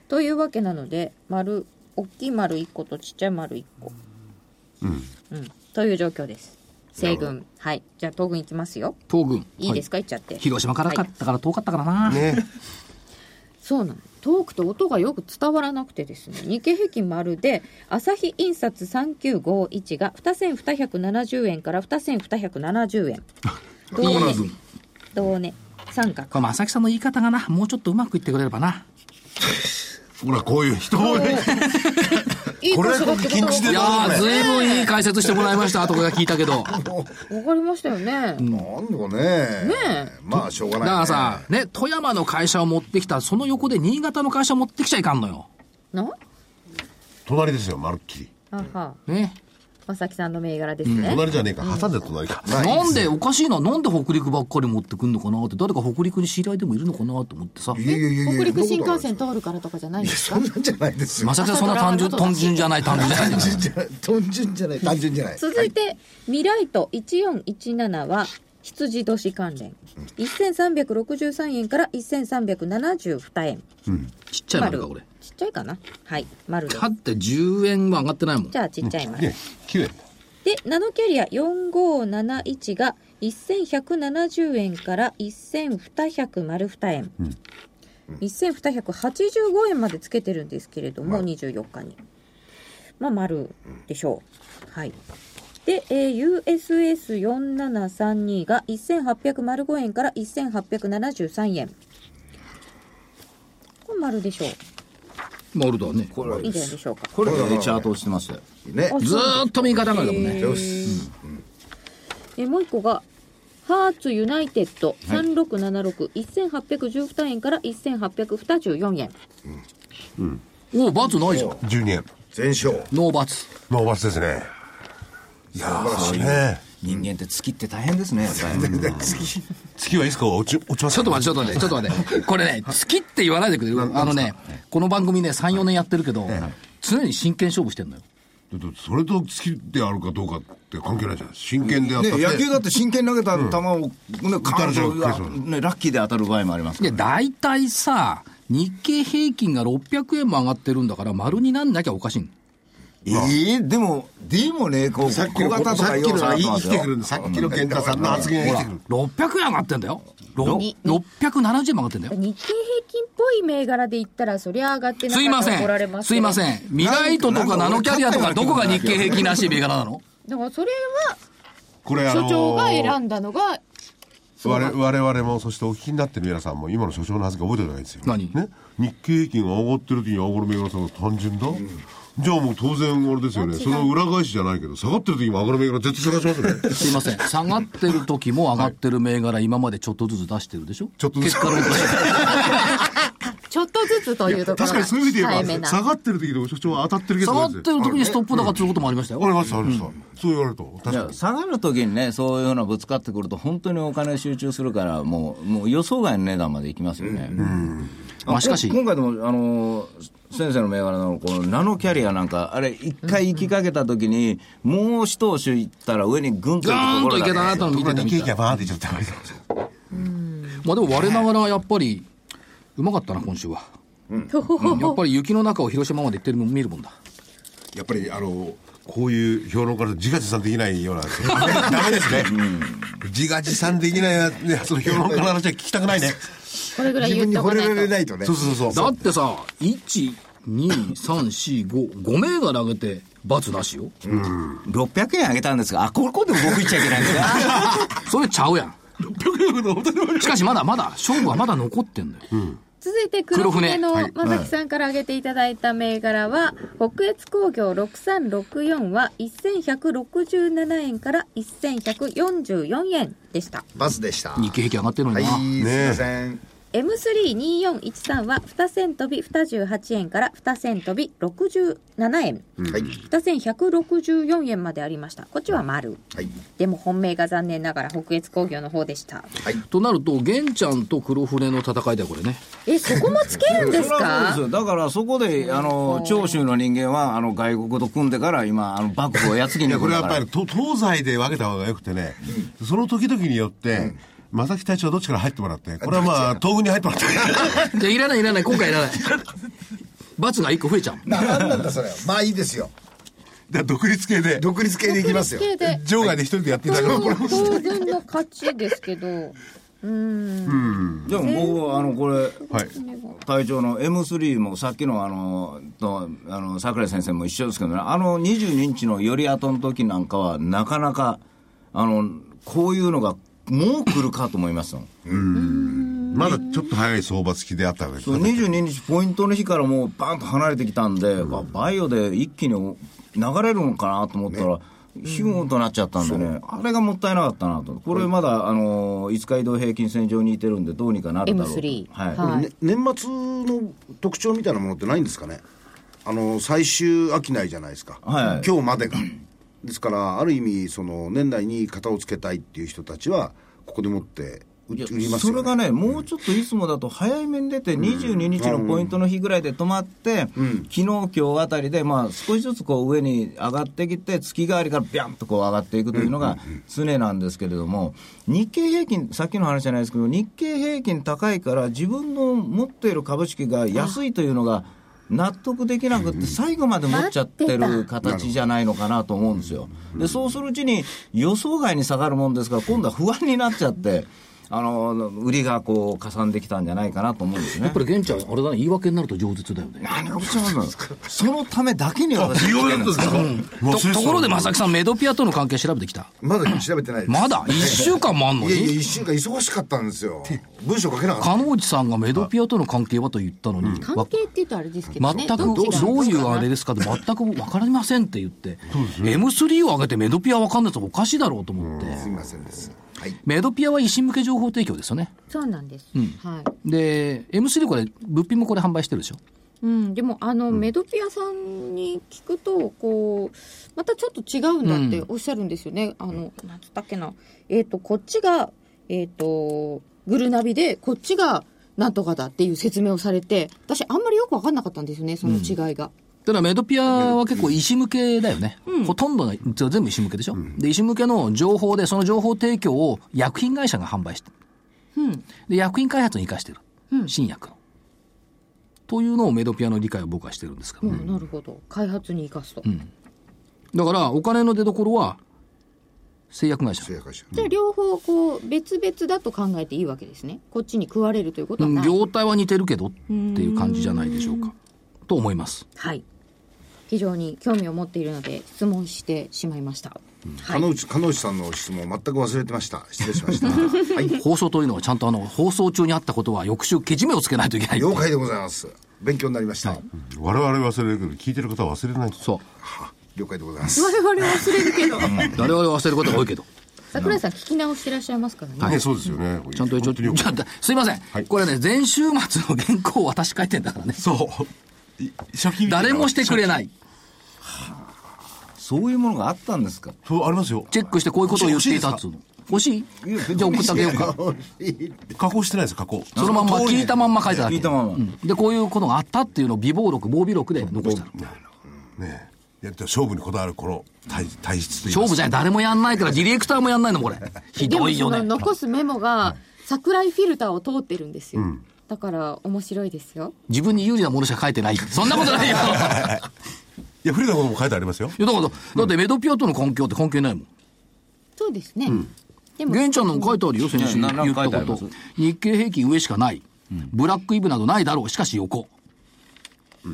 Speaker 4: というわけなので丸大きい丸1個とちっちゃい丸1個、うんという状況です西軍はいじゃあ東軍いきますよ
Speaker 1: 東軍。
Speaker 4: いいです
Speaker 1: か
Speaker 4: か、い、っちゃって
Speaker 1: 広島からか
Speaker 4: はい
Speaker 1: ったから遠かったからな。
Speaker 7: ね
Speaker 4: そうなの遠くて音がよく伝わらなくてですね日経平均丸で朝日印刷3951が2270円から2270円 同値同値三 角
Speaker 1: これ、正木さんの言い方がな、もうちょっとうまくいってくれればな。
Speaker 7: ほらこういう人をね
Speaker 4: いい
Speaker 7: これ
Speaker 4: 箇所だってこと
Speaker 7: 禁止で
Speaker 1: いや
Speaker 7: いや
Speaker 1: ー、
Speaker 7: ー
Speaker 1: ずいぶんいい解説してもらいました、とこが聞いたけ ど。
Speaker 4: わかりましたよね、
Speaker 6: なんだかね。ねまあ、しょうが
Speaker 1: だ
Speaker 6: ない、
Speaker 1: か
Speaker 6: ね。
Speaker 1: らさ、ね、富山の会社を持ってきた、その横で新潟の会社を持ってきちゃいかんのよ。
Speaker 4: な
Speaker 7: 隣ですよまるっきり
Speaker 4: あは
Speaker 1: ね。
Speaker 4: まさきさんの銘柄ですね、
Speaker 7: 隣じゃねえか挟んで隣か
Speaker 1: なんで、おかしいな、なんで北陸ばっかり持ってくんのかなって、誰か北陸に知り合いでもいるのかなと思ってさ。
Speaker 6: いやいやいやいや
Speaker 4: 北陸新幹線通るからとかじゃないんです
Speaker 6: そんなんじゃないですよ
Speaker 1: ま。さきさんそんな単純、単純じゃない、単純じゃ ない
Speaker 6: 単。純じゃない。単純じゃない。単純じゃない。
Speaker 4: 続いて、ミライト1417は羊年関連1363円から1372円
Speaker 1: ちっちゃい丸が俺。
Speaker 4: ちっちゃいかなはい丸です
Speaker 1: だって10円は上がってないもん
Speaker 4: じ。ゃあちっちゃい丸、
Speaker 7: ね9円
Speaker 4: でナノキャリア4571が1170円から1200円、1285円までつけてるんですけれども、24日にまあ丸でしょう、はいで、えー USS4732 が1805円から1873円これ丸でしょう
Speaker 1: 丸だね。
Speaker 5: これ
Speaker 4: いいんじゃないでしょうか
Speaker 5: これがチャートをしてましたよ。
Speaker 6: ね。
Speaker 1: ずーっと右肩上がりだもんね。
Speaker 6: よし。
Speaker 4: えもう一個がハーツユナイテッド36761812円から1824円
Speaker 1: おお、罰ないじゃん。
Speaker 7: 12円
Speaker 6: 全勝。
Speaker 1: ノー罰。
Speaker 7: ノーバスですねいやーそうね
Speaker 5: 人間って月って大変ですね、やっぱり。
Speaker 7: 月はいつか落ち落ちます
Speaker 1: ちょっと待って、ちょっと待って、ちょっと待 って。これね、月って言わないでくれる。あのね、この番組ね、3、4年やってるけど、常に真剣勝負してんのよ。
Speaker 7: だってそれと月であるかどうかって関係ないじゃん真剣であった
Speaker 5: ね、
Speaker 7: って、
Speaker 5: 野球だって真剣に投げた球を、ね、
Speaker 7: 打た
Speaker 5: カ
Speaker 7: れちゃう
Speaker 5: ーンと、ね、ラッキーで当たる場合もあります
Speaker 1: い
Speaker 5: か
Speaker 1: や、大体さ、日経平均が600円も上がってるんだから、丸になんなきゃおかしいの。
Speaker 5: ら。ええでも、 D もね、こう、
Speaker 8: さっきの、
Speaker 5: 小型と
Speaker 8: さ
Speaker 5: か
Speaker 8: っき
Speaker 5: 要
Speaker 8: の
Speaker 5: 素あ
Speaker 8: は
Speaker 5: ったん
Speaker 8: 生
Speaker 5: です
Speaker 8: き
Speaker 5: よ
Speaker 8: てくるんだ。さっきの健太さんの発言が生きてくる。
Speaker 1: 600円上がってんだよろ670円も上がってんだよ
Speaker 4: 日経平均っぽい銘柄で言ったらそりゃ上がってな
Speaker 1: すい
Speaker 4: か
Speaker 1: ま
Speaker 4: った
Speaker 1: せ
Speaker 4: ら怒られ
Speaker 1: ん
Speaker 4: ます
Speaker 1: すいませ
Speaker 4: ん
Speaker 1: んミライトとかナノキャリアとかどこが日経平均らしい銘柄なの
Speaker 4: だからそれは
Speaker 7: これあの
Speaker 4: 所長が
Speaker 7: ー
Speaker 4: 選んだのが
Speaker 7: 我々我々もそしてお聞きになってる皆さんも今の所長の発言覚えておいた方がいいですよ
Speaker 1: 何
Speaker 7: ね、日経平均が上がってる時に上がる銘柄さんが単純だ、じゃあもう当然あれですよねその裏返しじゃないけど下がってる時も上がる銘柄絶対探しますね
Speaker 1: すいません下がってる時も上がってる銘柄今までちょっとずつ出してるでしょ
Speaker 7: ちょっとずつ
Speaker 1: 結果論として
Speaker 4: ちょっとずつというところが
Speaker 7: 確かにそういう意味で言
Speaker 4: 控えめ
Speaker 7: えば
Speaker 4: な
Speaker 7: 下がってる時の所長は当たってるけ
Speaker 1: 下
Speaker 7: ど
Speaker 1: がってる時にストップ高することもありましたよ
Speaker 7: ありましたありました、そう言われると確
Speaker 5: い
Speaker 7: か
Speaker 5: や
Speaker 7: に
Speaker 5: 下がるときにね、そういうのぶつかってくると、本当にお金集中するから、もうもう予想外の値段までいきますよね。
Speaker 1: まあしかし
Speaker 5: こ今回でも、あの先生の銘柄のこのナノキャリアなんか、あれ、一回行きかけたときに、もう一押し行ったら上にぐんと
Speaker 1: ガーン
Speaker 5: 行く
Speaker 1: と
Speaker 5: とこ
Speaker 1: いけ
Speaker 5: ろ
Speaker 1: た
Speaker 5: だ
Speaker 1: な
Speaker 5: ね
Speaker 1: と見てたみたい
Speaker 8: がバーンっていっちゃったわけだ
Speaker 1: まあでも我ながらやっぱりうまかったな今週は、うんやっぱり雪の中を広島まで行ってるの見るもんだ
Speaker 7: やっぱりあのこういう評論家の自画自賛できないようなダメですね、自画自賛できないねその評論家の話は聞きたくないね
Speaker 4: これぐらい
Speaker 8: 自
Speaker 4: 言
Speaker 8: 分
Speaker 4: っ
Speaker 8: に
Speaker 4: と
Speaker 8: 惚
Speaker 4: かな
Speaker 8: れられ
Speaker 4: い
Speaker 8: な
Speaker 4: と
Speaker 8: いとね
Speaker 7: そ。うそうそうそ
Speaker 1: だ
Speaker 7: う
Speaker 1: ってさ12345銘柄上げて罰なしよ
Speaker 5: 600円あげたんですが、あ、ここでも僕行っちゃいけないんだ
Speaker 1: それちゃうやんしかしまだまだ勝負はまだ残ってんだよ、
Speaker 4: 続いて黒船の
Speaker 7: 黒船はい
Speaker 4: 正木さんから挙げていただいた銘柄は、北越工業6364は1167円から1144円でした。
Speaker 8: バスでした。
Speaker 1: 日経平均上がってるの
Speaker 8: は
Speaker 1: に
Speaker 8: い、
Speaker 1: な、
Speaker 8: すいません。
Speaker 4: M32413 は2千飛び28円から2千飛び67円。
Speaker 8: はい。
Speaker 4: 2千164円までありました。こっちは丸。
Speaker 8: はい。
Speaker 4: でも本命が残念ながら北越工業の方でした。
Speaker 1: となると玄ちゃんと黒船の戦いだよこれね
Speaker 4: え、そこもつけるんですか
Speaker 5: よ。だからそこで、あの、長州の人間は、あの、外国と組んでから、今、あの、幕府をやっつけ
Speaker 7: い
Speaker 5: に
Speaker 7: や
Speaker 5: 来
Speaker 7: こ
Speaker 5: る
Speaker 7: れ
Speaker 5: か
Speaker 7: はや
Speaker 5: ら
Speaker 7: っぱりと東西で分けた方がよくてね、その時々によって、正木隊長はどっちから入ってもらってこれはまあ東軍に入ってもらって
Speaker 1: いやいらないいらない今回いらない罰が1個増えちゃう
Speaker 8: ななんなんだそれ。まあいいですよ。
Speaker 7: で独立系で
Speaker 8: 独立系でいきますよ。
Speaker 4: 系で
Speaker 7: 場外で一人でやっていただくこれ
Speaker 4: 東軍の勝ちですけど、 うーん。
Speaker 5: でも僕は、あの、これ、
Speaker 7: はい
Speaker 5: 隊長の M3 もさっきのあのとあの桜井先生も一緒ですけどね、あの22日のより後の時なんかは、なかなかあのこういうのがもう来るかと思いましたもん、
Speaker 7: まだちょっと早い相場付きであったわけです
Speaker 5: そう22日、ポイントの日からもうバンと離れてきたんで、あバイオで一気に流れるのかなと思ったら、ひごとなっちゃったんでね、あれがもったいなかったなと、これまだあの5日移動平均線上にいてるんで、どうにかなるだろうと
Speaker 4: M3
Speaker 5: はい
Speaker 4: はい
Speaker 8: ね年末の特徴みたいなものってないんですかねあの最終商いじゃないですか、
Speaker 5: はいはい
Speaker 8: 今日までがですからある意味その年内に型をつけたいっていう人たちはここでもって売
Speaker 5: いや
Speaker 8: 売ります
Speaker 5: そ
Speaker 8: よ、ね、
Speaker 5: れがね、もうちょっといつもだと早めに出て、22日のポイントの日ぐらいで止まって、昨日今日あたりで、まあ、少しずつこう上に上がってきて、月替わりからビャンとこう上がっていくというのが常なんですけれども、日経平均、さっきの話じゃないですけど、日経平均高いから、自分の持っている株式が安いというのが納得できなくって、最後まで持っちゃっ
Speaker 4: 待っ
Speaker 5: て
Speaker 4: て
Speaker 5: る
Speaker 4: た
Speaker 5: 形じゃないのかなと思うんですよ。で、そうするうちに予想外に下がるもんですから、今度は不安になっちゃって、あの、売りがこう、加算できたんじゃないかなと思うんですね
Speaker 1: やっぱ。り玄ちゃんあれだね言い訳になると饒舌だよね
Speaker 5: 何をおっしゃるんですかそのためだけに私
Speaker 7: い
Speaker 5: 来
Speaker 7: よ
Speaker 5: てる
Speaker 7: いよ
Speaker 5: ん
Speaker 7: なん
Speaker 5: で
Speaker 7: ですす
Speaker 5: か
Speaker 7: かも
Speaker 1: と
Speaker 7: うスイス
Speaker 1: ところで正木さんメドピアとの関係調べてきた
Speaker 8: まだ調べてないです
Speaker 1: まだ1週間もあんの
Speaker 8: いやいや
Speaker 1: に
Speaker 8: 1週間忙しかったんですよ文章書けなかった
Speaker 1: 加納内さんがメドピアとの関係はと言ったのに、
Speaker 4: 関係っていうとあれですけどね。
Speaker 1: 全くど
Speaker 4: どっちが
Speaker 1: どういうあれですかって全く分かりませんって言って、M3 を上げてメドピア分かんないやつはおかしいだろうと思って、
Speaker 8: すみませんですはい
Speaker 1: メドピアは維新向け情報提供ですよね。
Speaker 4: そうなんです。はい。
Speaker 1: で、M3 これ、物品もこれ販売してるでしょ。
Speaker 4: うん、でもあの、メドピアさんに聞くとこうまたちょっと違うんだっておっしゃるんですよね、あのなんつったっけな、えー、とこっちが、えー、とグルナビでこっちがなんとかだっていう説明をされて私あんまりよく分かんなかったんですよねその違いが、
Speaker 1: ただメドピアは結構医師向けだよね。ほとんどが、全部医師向けでしょ。で、医師向けの情報で、その情報提供を薬品会社が販売してる
Speaker 4: うん
Speaker 1: で、薬品開発に生かしてる。新薬の。というのをメドピアの理解を僕はしてるんですけどね。
Speaker 4: うんなるほど開発に生かすと、
Speaker 1: だから、お金の出所は、製薬会社。
Speaker 8: 製薬会社
Speaker 4: じゃあ両方こう別々だと考えていいわけですねこっちに食われるということ
Speaker 1: う
Speaker 4: は
Speaker 1: ん
Speaker 4: ない、
Speaker 1: 業態は似てるけどっていう感じじゃないでしょうか。と思います。
Speaker 4: はい非常に興味を持っているので質問してしまいました、は
Speaker 8: 鹿
Speaker 4: い、
Speaker 8: 之内鹿之内さんの質問全く忘れてました失礼しましたはい
Speaker 1: 放送というのはちゃんとあの、放送中にあったことは翌週けじめをつけないといけない。
Speaker 8: 了解でございます勉強になりました、
Speaker 7: 我々忘れるけど聞いてる方は忘れない
Speaker 1: そう。
Speaker 8: 了解でございます
Speaker 4: 我々忘れるけど
Speaker 1: 我々は忘れることが多いけど。
Speaker 4: 桜井さん聞き直してらっしゃいますからね、
Speaker 7: ねそうですよね
Speaker 1: ちゃんと一応、
Speaker 7: 本当によく
Speaker 1: ちゃんとすいません、
Speaker 7: い
Speaker 1: これね、前週末の原稿を私書いてんだからね。
Speaker 7: そうい初期
Speaker 1: 誰もしてくれない。
Speaker 5: そういうものがあったんですか
Speaker 7: そうありますよ
Speaker 1: チェックしてこういうことを言っていたっつうの。欲しいじゃあ送ってあげようか。
Speaker 7: 加工してないです加工
Speaker 1: そのまんま、
Speaker 5: 通りね
Speaker 1: 聞いたまんま書いただけ。
Speaker 5: 聞いたまんま
Speaker 1: うんで、こういうことがあったっていうのを微暴録、防備録で残したの。
Speaker 7: ねえいやでも勝負にこだわるこの体体質といい
Speaker 1: 勝負じ
Speaker 7: ゃ
Speaker 1: ゃない、誰もやんない から、ディレクターもやんないの、これ。ひ
Speaker 4: で
Speaker 1: ど
Speaker 4: も
Speaker 1: い
Speaker 4: そ
Speaker 1: よ
Speaker 4: の
Speaker 1: ね。
Speaker 4: 残すメモが桜井フィルターを通ってるんですよ、だから面白いですよ
Speaker 1: 自分に有利なものしか書いてない。そんなこと ないよ。
Speaker 7: いや不利なことも書いてありますよ
Speaker 1: いやだから、だってメドピアとの関係って関係ないもん。
Speaker 4: そうですね、でも
Speaker 1: 玄ちゃんのも書いてあるよ、先週
Speaker 5: い
Speaker 1: 言
Speaker 5: やな
Speaker 1: っ
Speaker 5: なんか書いてあ
Speaker 1: た
Speaker 5: り
Speaker 1: こ
Speaker 5: ます
Speaker 1: と。日経平均上しかない。ブラックイブなどないだろう。しかし横。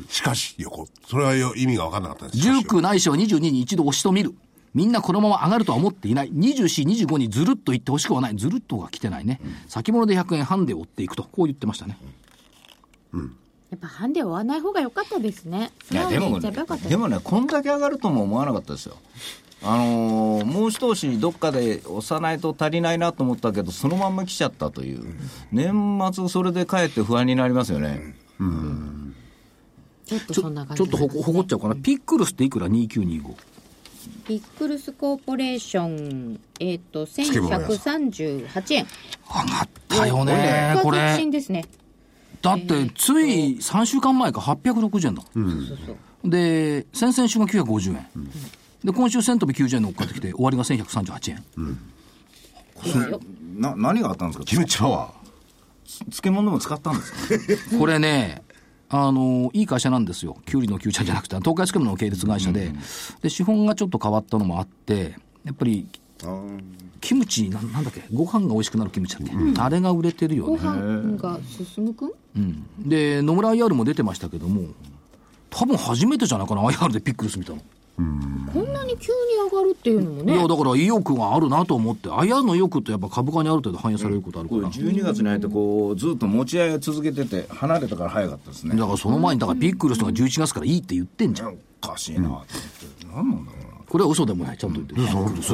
Speaker 7: しかし横それはよ意味が分かんなかったんですしかし
Speaker 1: 19ないしは22に一度押しと見る。みんなこのまま上がるとは思っていない。24、25にずるっといってほしくはない。ずるっとが来てないね。先物で100円半で追っていくと。こう言ってましたね。
Speaker 4: やっぱハンデを追わない方が良かったですね
Speaker 5: いやで
Speaker 4: 素直に言
Speaker 5: も
Speaker 4: っちゃえば良かった
Speaker 5: でもねこんだけ上がるとも思わなかったですよあのー、もう一押しどっかで押さないと足りないなと思ったけどそのまんま来ちゃったという、年末それでかえって不安になりますよね、
Speaker 4: ちょっと
Speaker 1: ちょ
Speaker 4: そんな感
Speaker 1: ち
Speaker 4: じ
Speaker 1: ょっとほこほこっちゃうかな。ピックルスっていくら ?2925。
Speaker 4: ピックルスコーポレーションえっ、と
Speaker 7: け物屋
Speaker 4: 1138
Speaker 1: 上が
Speaker 4: 円
Speaker 1: ったよね、こ
Speaker 4: これ
Speaker 1: れ
Speaker 4: 新。ですね
Speaker 1: だって、つい3週間前か860円だもん。
Speaker 4: そうそう
Speaker 1: で、先々週が950円。で、今週1000飛び90円乗っかってきて、終わりが1138円。
Speaker 5: な何があったんですか
Speaker 7: キムチパワ
Speaker 5: 漬物でも使ったんですか
Speaker 1: これね、あの、いい会社なんですよ。キュウリのキュウちゃんじゃなくて、東海スケムの系列会社で。で、資本がちょっと変わったのもあって、やっぱり、キムチな、なんだっけ、ご飯が美味しくなるキムチだっけ。あれが売れてるよ
Speaker 4: ご
Speaker 1: ね。
Speaker 4: 飯が進むくん
Speaker 1: うんで、野村 IR も出てましたけども、多分初めてじゃないかな、IR でピックルス見たの。
Speaker 4: こんなに急に上がるっていうのも
Speaker 1: い
Speaker 4: ね
Speaker 1: や、だから意欲があるなと思って、IR の意欲ってやっぱ株価にある程度反映されることあるから。
Speaker 5: 12月に入ってこうずっと持ち合いを続けてて離れたから早かったですね
Speaker 1: だからその前に、だからピックルスが11月からいいって言ってんじゃん。
Speaker 5: おかしいなと思って、何なんだろうな
Speaker 1: これは嘘でもない、ちゃんと言ってる。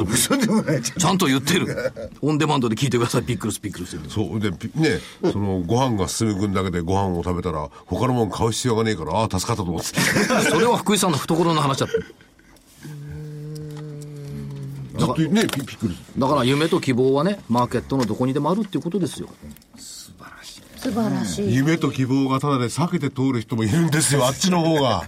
Speaker 1: 嘘でもない。ちゃんと言ってる。オンデマンドで聞いてください、ピックルス、ピックルスって
Speaker 7: ーそうでピねそのご飯が進む分だけでご飯を食べたら他のもん買う必要がねえからああ助かったと思って
Speaker 1: それは福井さんの懐の話だった。
Speaker 7: ずっとねピピックルス
Speaker 1: だから夢と希望はね、マーケットのどこにでもあるっていうことですよ。
Speaker 4: 素晴らしい
Speaker 7: 夢と希望がただで避けて通る人もいるんですよあっちの方が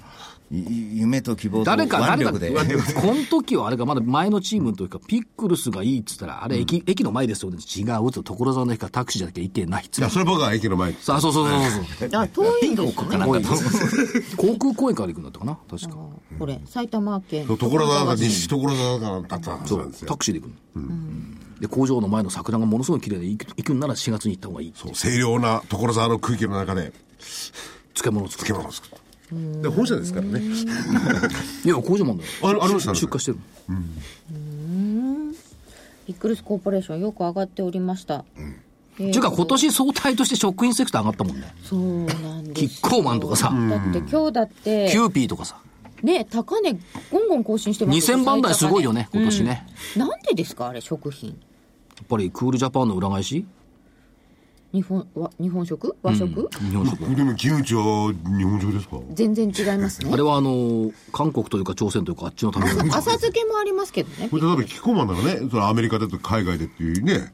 Speaker 5: い夢と希望と
Speaker 1: 誰か、誰
Speaker 5: 腕
Speaker 1: か、
Speaker 5: 力で
Speaker 1: この時はあれがまだ前のチームの時か、ピックルスがいいっつったら、あれ駅、駅の前ですよね。違うと、所沢の駅からタクシーじゃなきゃいけないっつ
Speaker 7: いやそれ僕は駅の前に
Speaker 1: さあ、そうそうそうそうそう。
Speaker 4: あ遠いんですね
Speaker 1: 多い 航空公園から行くんだったかな、確か。
Speaker 4: これ埼玉県
Speaker 7: 所沢が西所沢がだったはずなんですよ
Speaker 1: タクシーで行くの、で工場の前の桜がものすごい綺麗で行く行くんなら4月に行った方がいい
Speaker 7: そう清涼な所沢の空気の中で
Speaker 1: 漬物を作
Speaker 7: 漬
Speaker 1: る
Speaker 7: 物を作ったで本社ですからね
Speaker 1: いや工場もんだよ
Speaker 7: あありました
Speaker 1: 出荷してる
Speaker 4: ピックルスコーポレーションよく上がっておりました、えー
Speaker 1: ていうか今年総体として食品セクター上がったもんね
Speaker 4: そうなんです
Speaker 1: キ
Speaker 4: よ
Speaker 1: ッコーマンとかさ
Speaker 4: だって今日だって
Speaker 1: キューピーとかさ
Speaker 4: ね高値ゴンゴン更新してますよ
Speaker 1: 2000番台すごいよね
Speaker 4: 最高値
Speaker 1: 今年ね
Speaker 4: うんなんでですかあれ食品
Speaker 1: やっぱりクールジャパンの裏返し
Speaker 4: 日本わ日本食和食、
Speaker 1: 日本食
Speaker 7: でもキムチは日本食ですか
Speaker 4: 全然違いますね
Speaker 1: あれはあのー韓国というか朝鮮というかあっちの食べ物
Speaker 4: 浅漬けもありますけどね
Speaker 7: これ例えばキッコーマンならねそれアメリカだと海外でっていうね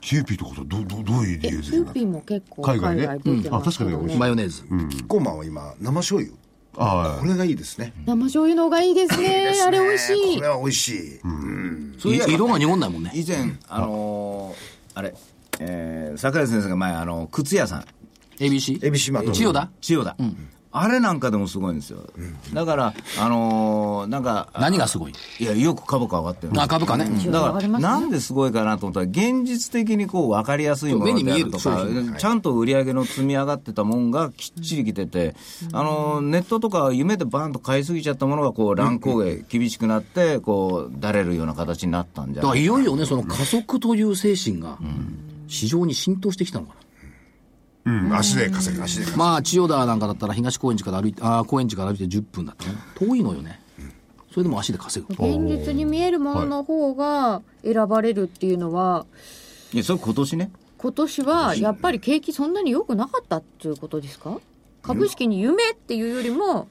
Speaker 7: キューピーとかさどどどういう
Speaker 4: えキ
Speaker 7: 理由
Speaker 4: ュ
Speaker 7: で
Speaker 4: ーピーも結構海
Speaker 7: 海外ね
Speaker 4: 外出てますけど
Speaker 7: うんあ確かに美味
Speaker 4: ね
Speaker 7: しい
Speaker 1: マヨネーズ
Speaker 8: キッコーマンは今生醤油
Speaker 7: あ
Speaker 8: これがいいですね
Speaker 4: 生醤油の方がいいですねあれ美味し
Speaker 8: こ
Speaker 4: い
Speaker 8: れは美味しい、
Speaker 5: ういえば
Speaker 1: い色が濁んないもんね
Speaker 5: 以前あのーあれ、えー、桜井先生が前あの靴屋さん
Speaker 1: ABC
Speaker 8: エビシマト
Speaker 1: 千代田
Speaker 5: 千代田、あれなんかでもすごいんですよ。だから、あのーなんか、
Speaker 1: 何がすごい
Speaker 5: いや、よく株価上がってるんです
Speaker 1: あ株価ね、
Speaker 5: だから、なんですごいかなと思ったら、現実的にこう分かりやすいものであると
Speaker 1: そう目
Speaker 5: か
Speaker 1: に見える商、
Speaker 5: ちゃんと売り上げの積み上がってたもんがきっちりきてて、あのネットとか夢でバンと買いすぎちゃったものがこう乱高下、厳しくなって、こう、だれるような形になったんじゃ
Speaker 1: だから
Speaker 5: ない
Speaker 1: いよいよね、その加速という精神が、市場に浸透してきたのかな。
Speaker 8: うん、足で稼ぐ足で稼
Speaker 1: まあ、千代田なんかだったら東高円寺から歩いて、あー高円寺から歩いて10分だったね。遠いのよね。それでも足で稼ぐ。
Speaker 4: 現実に見えるものの方が選ばれるっていうのは、
Speaker 5: いや、それ今年ね。
Speaker 4: 今年はやっぱり景気そんなに良くなかったっていうことですか株式に夢っていうよりも、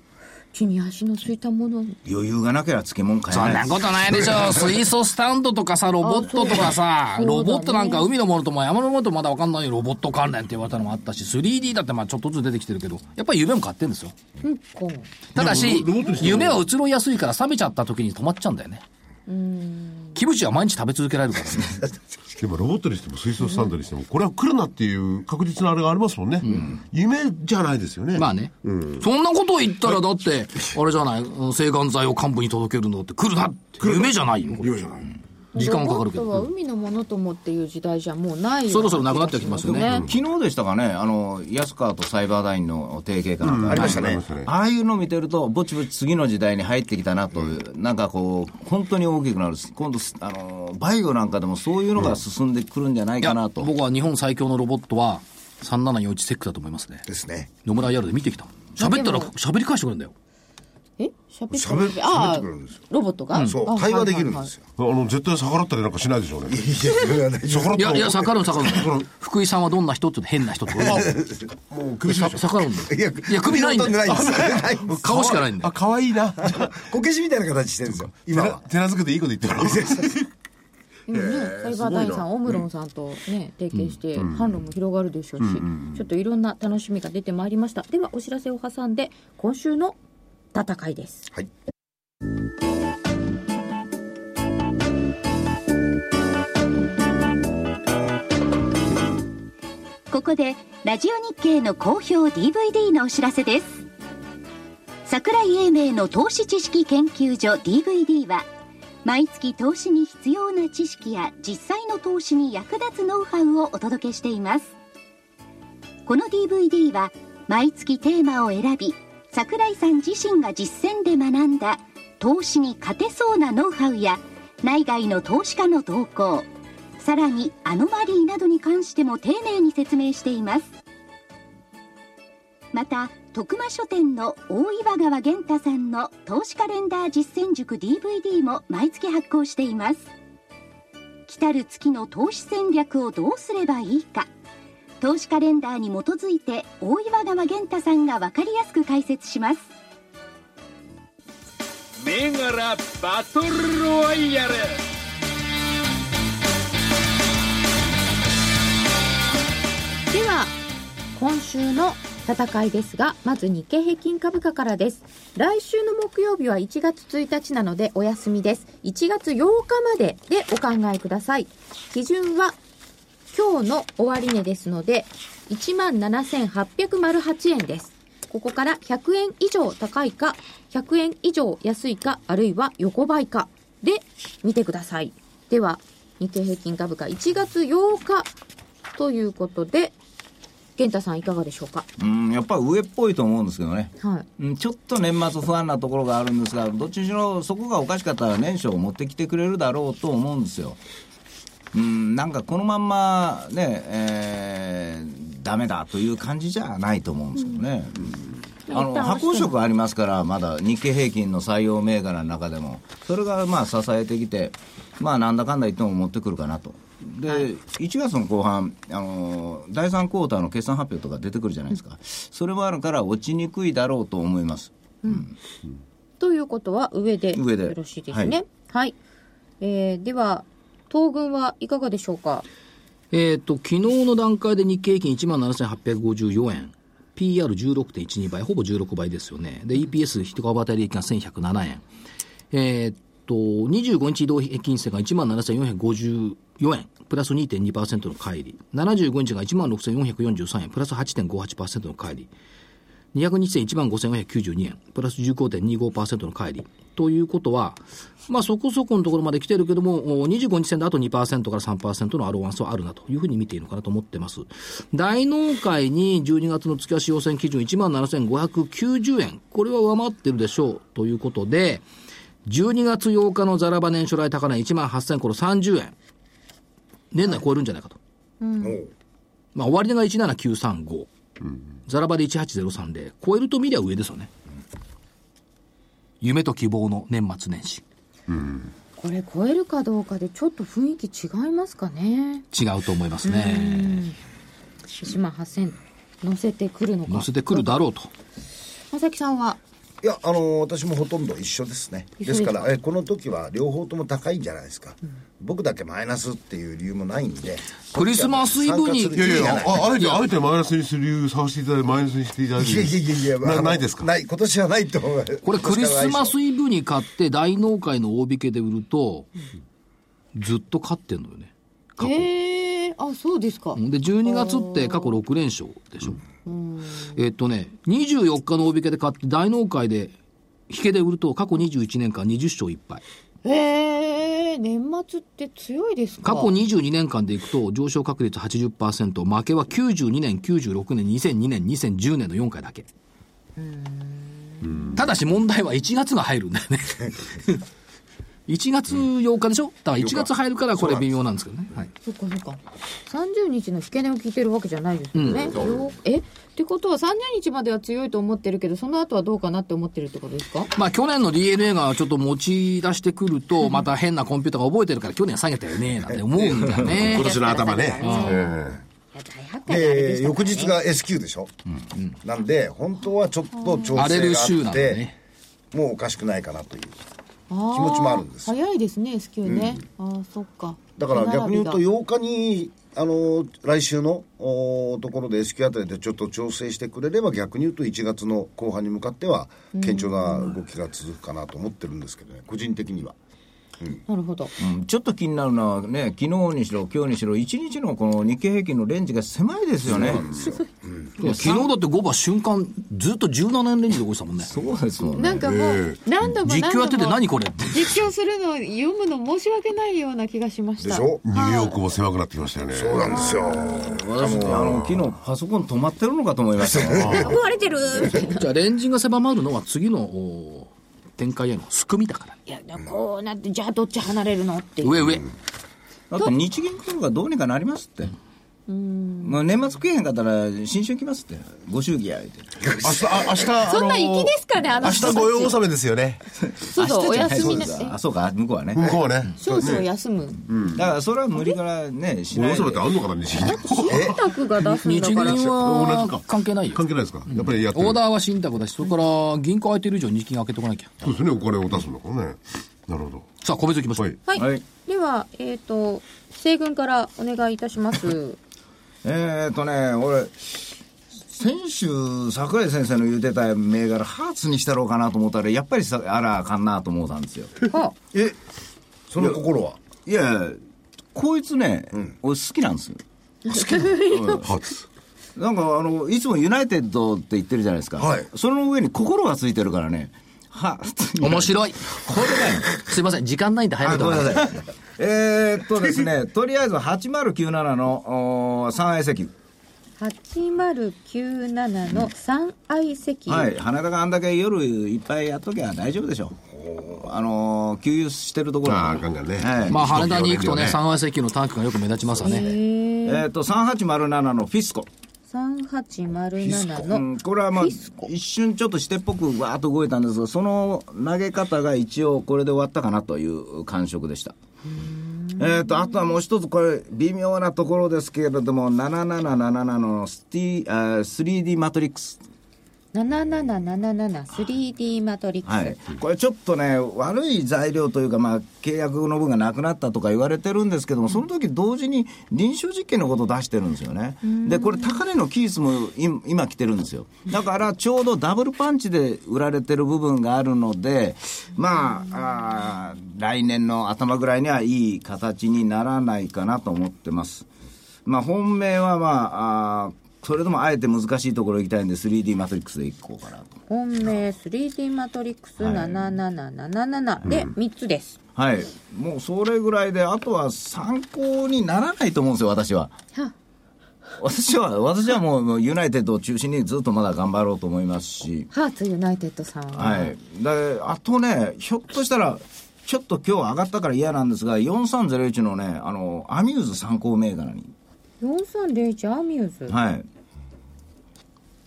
Speaker 4: 地に足のついたもの。
Speaker 5: 余裕がなければ漬物買え
Speaker 1: そ
Speaker 5: ない
Speaker 1: んなことないでしょ。 水素スタンドとかさ、ロボットとかさ、
Speaker 4: そうだね
Speaker 1: ロボットなんか海のものとも山のものともまだわかんないよ。ロボット関連って言われたのもあったし、3D だってまあちょっとずつ出てきてるけど、やっぱり夢も買ってるんですよ。
Speaker 4: うん、こう。
Speaker 1: ただし、夢は移ろいやすいから冷めちゃった時に止まっちゃうんだよね。キムチは毎日食べ続けられるからね。
Speaker 7: でもロボットにしても水素スタンドにしても、これは来るなっていう確実なあれがありますもんね。夢じゃないですよね。
Speaker 1: まあね、そんなことを言ったら、だって、あれじゃない、うん制汗剤を幹部に届けるのって来るなって、夢じゃないよ、これ
Speaker 8: ぐ夢じゃない
Speaker 1: 時間かかるけ
Speaker 4: ロボットは
Speaker 1: ど、
Speaker 4: 海のものともっていう時代じゃもうない、
Speaker 1: そろそろなくなってきますよね
Speaker 4: ね
Speaker 5: 昨日でしたかね、あの安川とサイバーダインの提携かなんか、
Speaker 8: ありましたね
Speaker 7: ありましたね
Speaker 5: ああいうの見てると、ぼちぼち次の時代に入ってきたなという、なんかこう、本当に大きくなる、今度す、あのバイオなんかでもそういうのが進んでくるんじゃない
Speaker 1: い
Speaker 5: か
Speaker 1: や
Speaker 5: なと、
Speaker 1: 僕は日本最強のロボットは、3741セックだと思いますね、
Speaker 8: ですね
Speaker 1: 野村 IR で見てきたもん、喋ったら
Speaker 4: でも
Speaker 1: 喋り返してくれるんだよ、
Speaker 4: えしゃべって
Speaker 8: 喋る喋
Speaker 4: あ
Speaker 8: って
Speaker 4: あ
Speaker 8: くれるんですよ
Speaker 4: ロボットが、
Speaker 8: そう対話できるんです
Speaker 4: よ
Speaker 8: よ
Speaker 7: あの、絶対逆らったりなんかしないでしょうね。
Speaker 8: いやそれは大丈夫
Speaker 7: 逆らっ
Speaker 1: い
Speaker 7: た
Speaker 1: や
Speaker 7: ら
Speaker 1: いや、逆らう、逆ら う、福井さんはどんな人って言うと変な人って言われる
Speaker 8: もう首絞めちゃう
Speaker 1: 逆らうんだ
Speaker 8: いや
Speaker 1: よ、いや、首ないんだよ、
Speaker 8: 首元ないんです
Speaker 1: 顔しかないんだ
Speaker 7: あ、
Speaker 1: よ、
Speaker 7: 可愛いな。
Speaker 8: こけしみたいな形してるんですよ今
Speaker 7: 今
Speaker 8: は
Speaker 7: 手なずけていいこと言ってもらおう。
Speaker 4: 今ね、サイバーダインさんオムロンさんとね提携して販路も広がるでしょうし、ちょっといろんな楽しみが出てまいりましたではお知らせを挟んで今週の戦いです
Speaker 8: はい
Speaker 2: ここでラジオ日経の好評 DVD のお知らせです桜井英明の投資知識研究所 DVD は毎月投資に必要な知識や実際の投資に役立つノウハウをお届けしていますこの DVD は毎月テーマを選び桜井さん自身が実践で学んだ投資に勝てそうなノウハウや内外の投資家の動向さらにアノマリーなどに関しても丁寧に説明していますまた徳間書店の大岩川源太さんの投資カレンダー実践塾 DVD も毎月発行しています来たる月の投資戦略をどうすればいいか投資カレンダーに基づいて大岩川源太さんが分かりやすく解説します
Speaker 3: 銘柄バトルロワイヤル
Speaker 4: では今週の戦いですがまず日経平均株価からです来週の木曜日は1月1日なのでお休みです1月8日まででお考えください基準は今日の終値ですので17,808円ですここから100円以上高いか100円以上安いかあるいは横ばいかで見てくださいでは日経平均株価1月8日ということで源太さんいかがでしょうか
Speaker 5: うん、やっぱり上っぽいと思うんですけどね。
Speaker 4: はい
Speaker 5: うんちょっと年末不安なところがあるんですが、どっちにしろそこがおかしかったら年初を持ってきてくれるだろうと思うんですよ。うん、なんかこのまんまね、えー、ダメだという感じじゃないと思うんですけどね。うんあの
Speaker 4: 一旦押しても
Speaker 5: 発酵食ありますから、まだ日経平均の採用銘柄の中でも、それがまあ支えてきて、まあ、なんだかんだ言っても持ってくるかなと、で1月の後半、あの第3クォーターの決算発表とか出てくるじゃないですか、それもあるから、落ちにくいだろうと思います。
Speaker 4: ということは上で
Speaker 5: 上で
Speaker 4: よろしいですねはい、えーでは東軍はいかがでしょうか
Speaker 1: えっと、昨日の段階で日経平均17,854円。PR16.12 倍、ほぼ16倍ですよね。で、EPS、一株当たり平均が1107円。えーっと、25日移動平均線が17,454円、プラス2.2%の乖離。75日が16,443円、プラス8.58%の乖離。 200日線1万5492円、プラス15.25%の乖離。ということは、まあそこそこのところまで来てるけども、お25日線であと2%から3%のアローワンスはあるなというふうに見ているのかなと思ってます。大納会に12月の月足要請基準17,590円、これは上回ってるでしょうということで、12月8日のザラバ年初来高値18,000これ30円。年内超えるんじゃないかと。まあ終値が17935。ザラバで18030で、超えると見りゃ上ですよね。夢と希望の年末年始。
Speaker 4: これ超えるかどうかでちょっと雰囲気違いますかね
Speaker 1: 違うと思いますね。
Speaker 4: 1万8000乗せてくるのか
Speaker 1: 乗せてくるだろうと。
Speaker 4: まさきさんはい
Speaker 8: やあの私もほとんど一緒ですね
Speaker 4: 一
Speaker 8: で
Speaker 4: 緒です
Speaker 8: す
Speaker 4: か
Speaker 8: からえこの時は両方とも高いんじゃないですか、僕だけマイナスっていう理由もないんで
Speaker 1: クリスマスイブに
Speaker 8: 参加す
Speaker 7: いや
Speaker 8: る
Speaker 7: い
Speaker 8: 意味
Speaker 7: や
Speaker 8: がない
Speaker 7: ああえてあえてマイナスにする理由探していただいてマイナスにしていただいて
Speaker 8: いやいやいやいや、あ
Speaker 7: な
Speaker 8: の
Speaker 7: ないですか
Speaker 8: ない、今年はないと思う。
Speaker 1: これクリスマスイブに買って大納会の大引けで売ると、ずっと勝ってんのよね。過去。
Speaker 4: へえあそうですか
Speaker 1: で12月って過去6連勝でしょ、えっとね24日の大引けで買って大納会で引けで売ると過去21年間20勝1敗
Speaker 4: へえ年末って強いです
Speaker 1: 過
Speaker 4: か
Speaker 1: 去22年間でいくと上昇確率80%負けは92年96年2002年2010年の4回だけただし問題は1月が入るんだ よね1月8日でしょだから1月入るからこれ微妙なんですけどね、はい
Speaker 4: そっかそっか30日の引け値を聞いてるわけじゃないですよね、よえってことは30日までは強いと思ってるけどその後はどうかなって思ってるってことですか
Speaker 1: まあ去年の DNA がちょっと持ち出してくる と、また変なコンピューターが覚えてるから去年下げたよね、なんて思うんだよ ね
Speaker 7: 今。年の頭ね、
Speaker 4: いや大発会があれで
Speaker 8: で
Speaker 4: したか
Speaker 8: 翌
Speaker 4: らね
Speaker 8: 日が S q でしょ、なんで本当はちょっと調整があ
Speaker 1: 荒れる週
Speaker 8: っ
Speaker 1: なんだ
Speaker 8: て、
Speaker 1: ね
Speaker 8: もうおかしくないかなという
Speaker 4: 気持
Speaker 8: 持ちもあるんです
Speaker 4: 早いですね S q ね、ああそっか
Speaker 8: だから逆に言うと
Speaker 4: 歯並びが
Speaker 8: 8日にあの来週のおところで S q あたりでちょっと調整してくれれば逆に言うと1月の後半に向かっては堅調な動きが続くかなと思ってるんですけどね個人的には
Speaker 4: なるほど
Speaker 5: うんちょっと気になるのはね、昨日にしろ、今日にしろ、1日のこの日経平均のレンジが狭いですよね。
Speaker 1: 昨日だって5番瞬間、ずっと17年連続で動いてたもんね。
Speaker 5: そうですもんね。
Speaker 4: なんかもう何度も何度も
Speaker 1: 実況やってて何これって。
Speaker 4: 実況するの読むの申し訳ないような気がしました
Speaker 8: でしょ
Speaker 7: ニューヨークも狭くなってきましたよね
Speaker 8: そうなんですよ
Speaker 5: 私あの昨日パソコン止まってるのかと思いました よ
Speaker 4: 壊れてるみたいな
Speaker 1: じゃあ、レンジが狭まるのは次のお展開へのすくみだからね。
Speaker 4: いやこうなってじゃあどっち離れるのっていう
Speaker 1: 上上。
Speaker 5: だって日銀株がどうにかなりますって。まあ、年末食えへんかったら新春来ますってご祝儀や言うて
Speaker 7: 明日あ明日
Speaker 4: そんな
Speaker 7: あの
Speaker 4: 粋ですかねあの
Speaker 7: 明
Speaker 4: 人た
Speaker 7: 日
Speaker 4: ち
Speaker 7: 御用納めですよね
Speaker 4: そうそうお休みな
Speaker 5: そう
Speaker 4: し
Speaker 5: だあそうか向こうはね、
Speaker 7: 向こうはね
Speaker 4: 少々休む
Speaker 5: だからそれは無理からねし
Speaker 7: 御用
Speaker 5: ないで
Speaker 7: 納めってあんのかな日銀
Speaker 4: 信託が出すん
Speaker 1: 日
Speaker 4: だ
Speaker 1: 銀
Speaker 4: から
Speaker 7: 同じ
Speaker 1: は
Speaker 7: か
Speaker 1: 関係ないよ
Speaker 7: 関。係ないですかやっぱりやってる
Speaker 1: オーダーは信託だし、それから銀行空いてる以上日銀開けておかなきゃ。
Speaker 7: そうですねお金を出すのかねなるほど
Speaker 1: さあ、個別いきましょ
Speaker 7: は
Speaker 1: う
Speaker 7: い。
Speaker 4: はい、
Speaker 5: はい
Speaker 4: ではえっ、と西軍からお願いいたします
Speaker 5: えーとね、俺、先週、桜井先生の言うてた銘柄、ハーツにしたろうかなと思ったら、やっぱりさあらあかんなと思った んですよ。
Speaker 4: は
Speaker 8: えその心はい
Speaker 5: やいや、こいつね、俺好きなんですよ。
Speaker 7: 初
Speaker 5: なんかあの、いつもユナイテッドって言ってるじゃないですか。
Speaker 8: はい
Speaker 5: その上に心がついてるからね、ハーツに
Speaker 1: 面白い。
Speaker 5: これね、
Speaker 1: すいません、時間ないんで早
Speaker 5: あ
Speaker 1: めて
Speaker 5: ご
Speaker 1: く
Speaker 5: め
Speaker 1: だ
Speaker 5: ん
Speaker 1: さ。
Speaker 5: ないさい。えーっとですね、とりあえず8097のおー三 A 石。
Speaker 4: 8097の三愛石油、
Speaker 5: はい、花田があんだけ夜いっぱいやっときゃ大丈夫でしょあのー、給油してるところ
Speaker 7: ああガンガンね
Speaker 5: はい
Speaker 1: まあ、羽田に行くとね、三和石油のタンクがよく目立ちますわね。
Speaker 5: えっ、と3807のフィスコ、
Speaker 4: 3807
Speaker 5: う
Speaker 4: の
Speaker 5: ん、これはまあ
Speaker 4: フィスコ
Speaker 5: 一瞬ちょっとしてっぽくわーっと動いたんですがその投げ方が一応これで終わったかなという感触でしたえっとあとはもう一つこれ微妙なところですけれども7777のスティあー 3D マトリックス
Speaker 4: 7777-3D マトリックス、
Speaker 5: はい、これちょっとね、悪い材料というか、まあ、契約の分がなくなったとか言われてるんですけども、その時同時に臨床実験のことを出してるんですよね、でこれ、高値のキースも今今来てるんですよ、だからちょうどダブルパンチで売られてる部分があるので、まあ、あー来年の頭ぐらいにはいい形にならないかなと思ってます。まあ、本命は、まあ、あーそれともあえて難しいところ行きたいんで 3D マトリックスでいこうかなと
Speaker 4: 本命 3D マトリックス7777で3つです。
Speaker 5: はいもうそれぐらいであとは参考にならないと思うんですよ私は
Speaker 4: は
Speaker 5: 私は私はもうもうユナイテッドを中心にずっとまだ頑張ろうと思いますし
Speaker 4: ハーツユナイテッドさんは、
Speaker 5: はいであとねひょっとしたらちょっと今日上がったから嫌なんですが4301のねあのアミューズ参考銘柄に
Speaker 4: 4301アミューズ、
Speaker 5: はい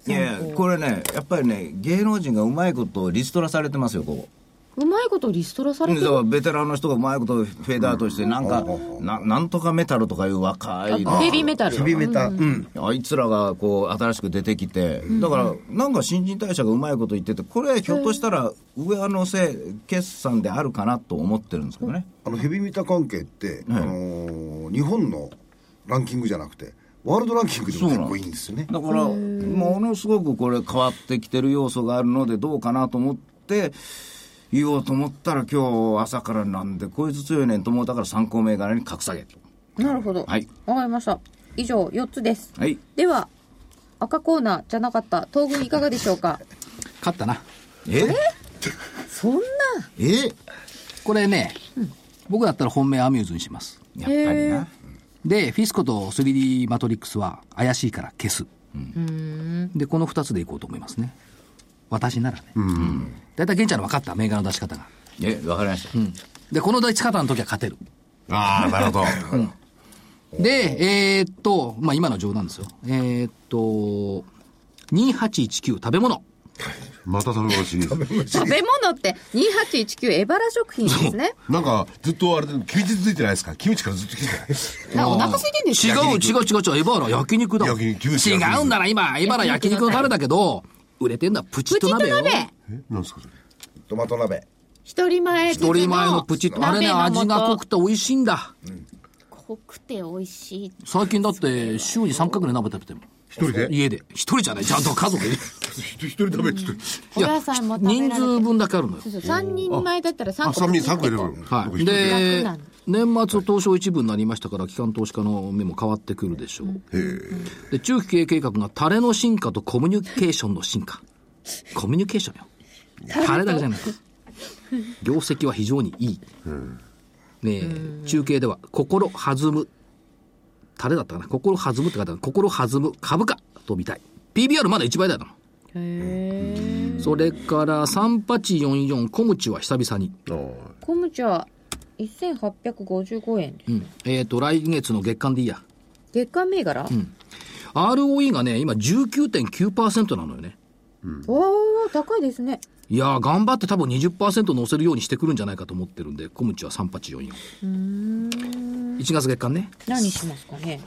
Speaker 5: いやいやこれねやっぱりね芸能人がうまいことリストラされてますよここ
Speaker 4: うまいことリストラされ
Speaker 5: だ
Speaker 4: て
Speaker 5: か
Speaker 4: る
Speaker 5: らベテランの人がうまいことフェーダーとしてなんか、ななんとかメタルとかいう若い
Speaker 4: あヘビーメタル
Speaker 8: ヘビメタ、うん、
Speaker 5: あいつらがこう新しく出てきて、だからなんか新陳代謝がうまいこと言っててこれひょっとしたら上乗せ決算であるかなと思ってるんですけどね、
Speaker 8: あのヘビメタ関係って、あのー日本のランキングじゃなくてワールドランキングでも
Speaker 5: そう
Speaker 8: 結
Speaker 5: なん
Speaker 8: 構いいんですよね
Speaker 5: だからものすごくこれ変わってきてる要素があるのでどうかなと思って言おうと思ったら今日朝からなんでこいつ強いねんと思うたから参考銘柄に格下げと
Speaker 4: なるほど
Speaker 5: はい
Speaker 4: わかりました以上4つです、
Speaker 5: はい
Speaker 4: では赤コーナーじゃなかった東軍いかがでしょうか
Speaker 1: 勝ったな
Speaker 5: え
Speaker 4: そんな
Speaker 5: え
Speaker 1: これね、僕だったら本命アミューズにします
Speaker 5: やっぱりな
Speaker 1: でフィスコと 3D マトリックスは怪しいから消す、でこの2つでいこうと思いますね私ならねうん大体玄ちゃんの分かった銘柄の出し方が
Speaker 5: えわかりました、
Speaker 1: でこの出し方の時は勝てる
Speaker 7: ああ、なるほど。
Speaker 1: でえーっとまあ今の冗談ですよえーっと2819食べ物
Speaker 7: また食べますし。
Speaker 4: 食べ物って2819エバラ食品ですね
Speaker 7: なんか、ずっとあれで、キムチついてないですかキムチからずっと来てない。そ
Speaker 4: あお腹空いてんです
Speaker 1: 違
Speaker 4: か
Speaker 1: う違う違う違うエバーラ焼肉だ
Speaker 7: 焼肉キムチ
Speaker 1: 違うんだな今エバーラ焼肉のタレだけど売れてんだプチッと鍋よ
Speaker 4: プチッと鍋
Speaker 7: えなんですかそれ。
Speaker 8: トマト鍋
Speaker 4: 一人前
Speaker 1: 一人前のプチッとあれね味が濃くて美味しいんだ
Speaker 2: 濃くて美味しい
Speaker 1: 最近だって週に3回ぐらい鍋食べてるもん
Speaker 7: 一人で
Speaker 1: 家で一人じゃないちゃんと家族 で
Speaker 7: 一人食べって言っ
Speaker 1: い
Speaker 7: て。
Speaker 1: や
Speaker 9: 野菜も食べられ
Speaker 1: 人
Speaker 9: て
Speaker 1: 数分だけあるのよ
Speaker 9: 3人前だったら3
Speaker 7: あ、
Speaker 9: 個
Speaker 7: 三人三個入れる。
Speaker 1: はい、
Speaker 7: 僕一人
Speaker 1: で
Speaker 9: 楽なの
Speaker 1: 年末東証一部になりましたから機関投資家の目も変わってくるでしょう、で中期経営計画がタレの進化とコミュニケーションの進化コミュニケーションよタレだけじゃない業績は非常にいい、ねえ中継では「心弾む」タレだったかな「心弾む」って書いてある心弾む株価とみたい PBR まだ1倍だよなそれから3844小ムチは久々に
Speaker 4: コムチは1855円です
Speaker 1: うんえっ、と、来月の月間でいいや。
Speaker 4: 月間銘柄、
Speaker 1: ROE がね、今19.9%なのよね。
Speaker 4: わあ高いですね
Speaker 1: いやー、頑張って多分20%乗せるようにしてくるんじゃないかと思ってるんで、コムチは3844。1月月間ね。
Speaker 4: 何しますかね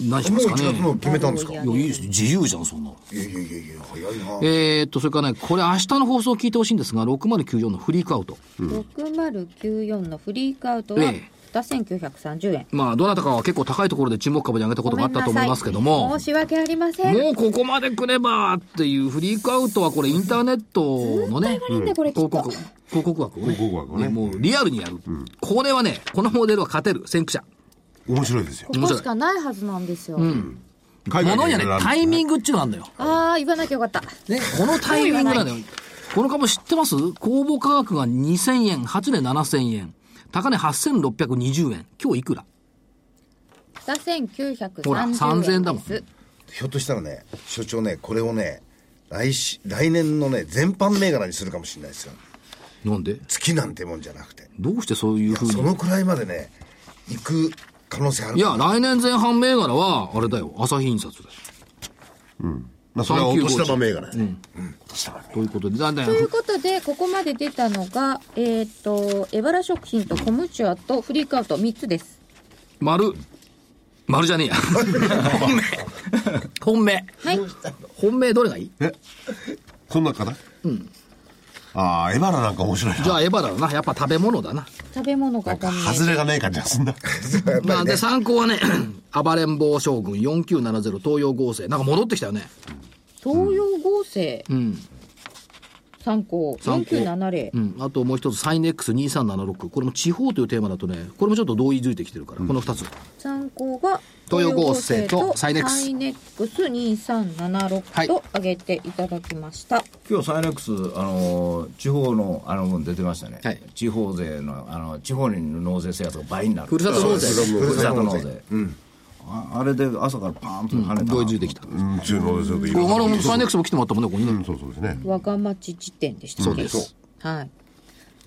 Speaker 1: 何しま
Speaker 8: もう
Speaker 1: す
Speaker 8: 1
Speaker 1: かね。
Speaker 8: 月の決めたんですかい
Speaker 1: いや、いいですね。自由じゃん、そんなの。
Speaker 8: やいやいやいや早いな
Speaker 1: えー、っと、それからね、これ明日の放送を聞いてほしいんですが、6094のフリークアウト。
Speaker 4: 6094のフリークアウトは
Speaker 1: え
Speaker 4: 2930円
Speaker 1: まあ、どなたかは結構高いところで注目株に上げたことがあったと思いますけど
Speaker 4: ごめんな
Speaker 1: も
Speaker 4: さい。申し訳ありません
Speaker 1: もうここまで来ればっていうフリークアウトはこれインターネットのね、広告、広告枠をね
Speaker 7: 広告枠をね
Speaker 1: もうリアルにやる。これはね、このモデルは勝てる、先駆者。
Speaker 7: 面白いですよ。
Speaker 9: ここしかないはずなんですよ、
Speaker 7: 海
Speaker 1: も
Speaker 7: 外
Speaker 1: のには
Speaker 7: で
Speaker 1: ね
Speaker 7: いろいろあるんです
Speaker 1: タ
Speaker 7: ね
Speaker 1: イミングっていうのがあるんだよ。
Speaker 4: ああ言わなきゃよかった
Speaker 1: ね、このタイミングなんだよ。この株知ってます公募価格が2000円、8年7000円、高値8620円、今日いくらほら、3000
Speaker 4: 2930
Speaker 1: 円
Speaker 4: 円
Speaker 1: だも
Speaker 4: で
Speaker 1: ん。
Speaker 4: す
Speaker 8: ひょっとしたらね所長ねこれをね来し来年のね全般銘柄にするかもしれないですよ
Speaker 1: なんで
Speaker 8: 月なんてもんじゃなくて
Speaker 1: どうしてそういうふうに
Speaker 8: そ。のくらいまでね行く可能性ある
Speaker 1: いや、来年前半銘柄は、あれだよ、朝日印刷だよ。
Speaker 7: まあ、それはお年玉銘柄ね。
Speaker 1: ということで、だんだん
Speaker 4: ということでここまで出たのがえっ、とエバラ食品とコムチュアとフリークアウト3つです
Speaker 1: 丸。丸じゃねえ や。 本命。
Speaker 4: はい
Speaker 1: 本命どれがいい
Speaker 7: えそんなかなうん。ああ、エバラなんか面白いな。
Speaker 1: じゃあエバラだな。やっぱ食べ物だな。
Speaker 4: 食べ物が
Speaker 7: なん
Speaker 4: ダ
Speaker 7: か、
Speaker 4: メ
Speaker 7: 外れがない感じがすんな。
Speaker 1: まあで、参考はね、 暴れん坊将軍4970東洋合成。なんか戻ってきたよね。
Speaker 4: 東洋合成、
Speaker 1: うん。
Speaker 4: 3項
Speaker 1: 参考
Speaker 4: 4970、
Speaker 1: うん、あともう一つ、サイネックス2376。これも地方というテーマだとね、これもちょっと同意づいてきてるから、この二つ。
Speaker 4: 参考が
Speaker 1: 東洋合成とサイネックス
Speaker 4: サイネックス
Speaker 1: はい
Speaker 4: 2376と挙げていただきました、
Speaker 5: 今日サイネックス、あのー地方のあのも出てましたね、
Speaker 1: はい
Speaker 5: 地方税のあの地方の納税制圧が倍になる
Speaker 1: ふるさと納税
Speaker 5: そうですふるさと納税、ああれで朝からパーンと跳ねたな、
Speaker 1: 同意づいてきた。
Speaker 7: うん、中のですよね。
Speaker 1: 小原もサイネックスも来てもらったもんね、ここにね。
Speaker 7: うん、そうそうですね。
Speaker 4: 我が町辞典でしたっけ
Speaker 1: そうです
Speaker 4: はい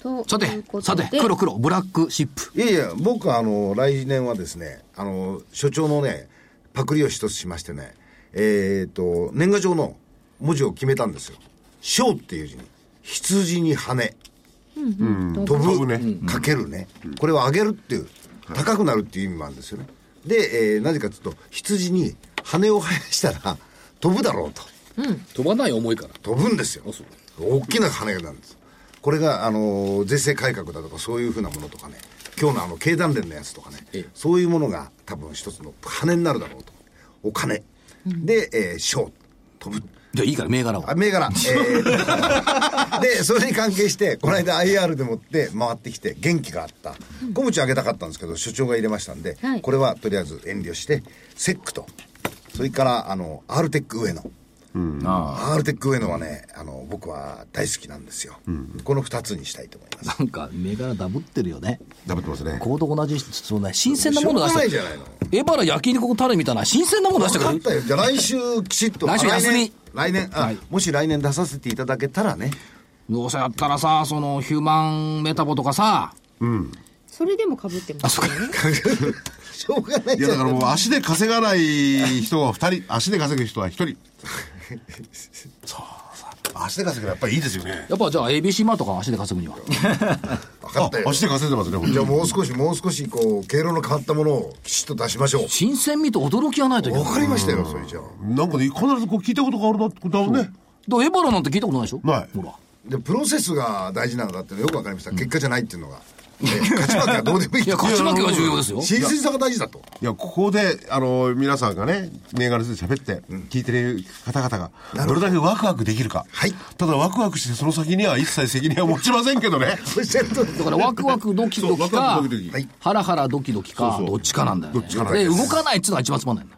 Speaker 4: と
Speaker 1: さ
Speaker 4: い
Speaker 1: て
Speaker 4: うこ、と
Speaker 1: さ
Speaker 4: で
Speaker 1: て、黒黒、ブラックシップ。
Speaker 6: いやいや、僕はあの、来年はですね、あの、所長のね、パクリを一つしましてね、えっ、と、年賀状の文字を決めたんですよ。章っていう字に、羊に羽、飛ぶ、
Speaker 7: 飛ぶね
Speaker 6: かけるね。これを上げるっていう、高くなるっていう意味もあるんですよね。で、えーなぜかというと、羊に羽を生やしたら、飛ぶだろうと。
Speaker 1: 飛ばない重いから。
Speaker 6: 飛ぶんですよ大きな羽根なんですこれがあのー税制改革だとかそういうふうなものとかね今日のあの経団連のやつとかね、
Speaker 1: ええ
Speaker 6: そういうものが多分一つの羽になるだろうとお金、で、えー、賞飛ぶ
Speaker 1: じゃあいいから、銘柄を。
Speaker 6: あ銘柄、えーでそれに関係してこの間 IR でもって回ってきて元気があった小口あげたかったんですけど所長が入れましたんで、
Speaker 4: はい
Speaker 6: これはとりあえず遠慮してセックとそれからあの r テック上野
Speaker 5: あ
Speaker 6: r テック上野はねあの僕は大好きなんですよ、この2つにしたいと思いま す
Speaker 1: なんか、銘柄ダブってるよね。
Speaker 7: 食べてますね。
Speaker 1: ここと同じ、そうね、新鮮なもの出
Speaker 6: しょうがない
Speaker 1: し
Speaker 6: じ
Speaker 1: て
Speaker 6: ゃないの
Speaker 1: エバラ焼肉タレみたいな、新鮮なもの出してく
Speaker 6: 分
Speaker 1: る
Speaker 6: かったよじゃあ来週きちっと
Speaker 1: 来週
Speaker 6: あ
Speaker 1: 休み
Speaker 6: 来年来年あ、もし来年出させていただけたらね
Speaker 1: どうせやったらさ、その、ヒューマンメタボとかさ、
Speaker 4: それでもかぶってますよね
Speaker 6: しょうがない
Speaker 7: い
Speaker 6: じ
Speaker 7: や
Speaker 6: ゃ
Speaker 7: だから
Speaker 6: ない
Speaker 7: もう足で稼がない人は2人、足で稼ぐ人は1人。そう そう足で稼ぐのはやっぱりいいですよね。
Speaker 1: やっぱじゃあ ABC マートか足で稼ぐに は。
Speaker 6: 分か
Speaker 7: あ
Speaker 6: ったよ、
Speaker 7: 足で稼いでますね、ほん
Speaker 6: じゃあ
Speaker 7: と
Speaker 6: もう少しもう少しこう経路の変わったものをきちっと出しましょう
Speaker 1: 新鮮味と驚きはないといけ
Speaker 6: わ
Speaker 1: な
Speaker 6: か
Speaker 1: い。
Speaker 6: りましたよそれじゃあ
Speaker 7: なんかね、必ずこう聞いたことがあるなってことだもんね。
Speaker 1: だからエバラなんて聞いたことないでしょ
Speaker 7: ない
Speaker 1: ほら。
Speaker 6: でプロセスが大事なんだっていうのよくわかりました結果じゃないっていうのが、ね勝ち負けはどうでもいい
Speaker 1: いや、勝ち負けが重要ですよ。
Speaker 6: 真実さが大事だと
Speaker 7: いや、ここで、あの、皆さんがね、銘柄で喋って、聞いてる方々が、どれだけワクワクできるか。
Speaker 6: はい
Speaker 7: ただ、ワクワクして、その先には一切責任は持ちませんけど ね。
Speaker 6: おっしゃるとり
Speaker 1: だからワクワクドキドキ
Speaker 7: そうワク
Speaker 1: か
Speaker 7: ワクドキドキ
Speaker 6: はい、
Speaker 1: ハラハラドキドキか、どっちかなんだよね。
Speaker 7: どっちかなん
Speaker 1: で、
Speaker 7: です
Speaker 1: 動かないっていうのが一番つまんないんだ。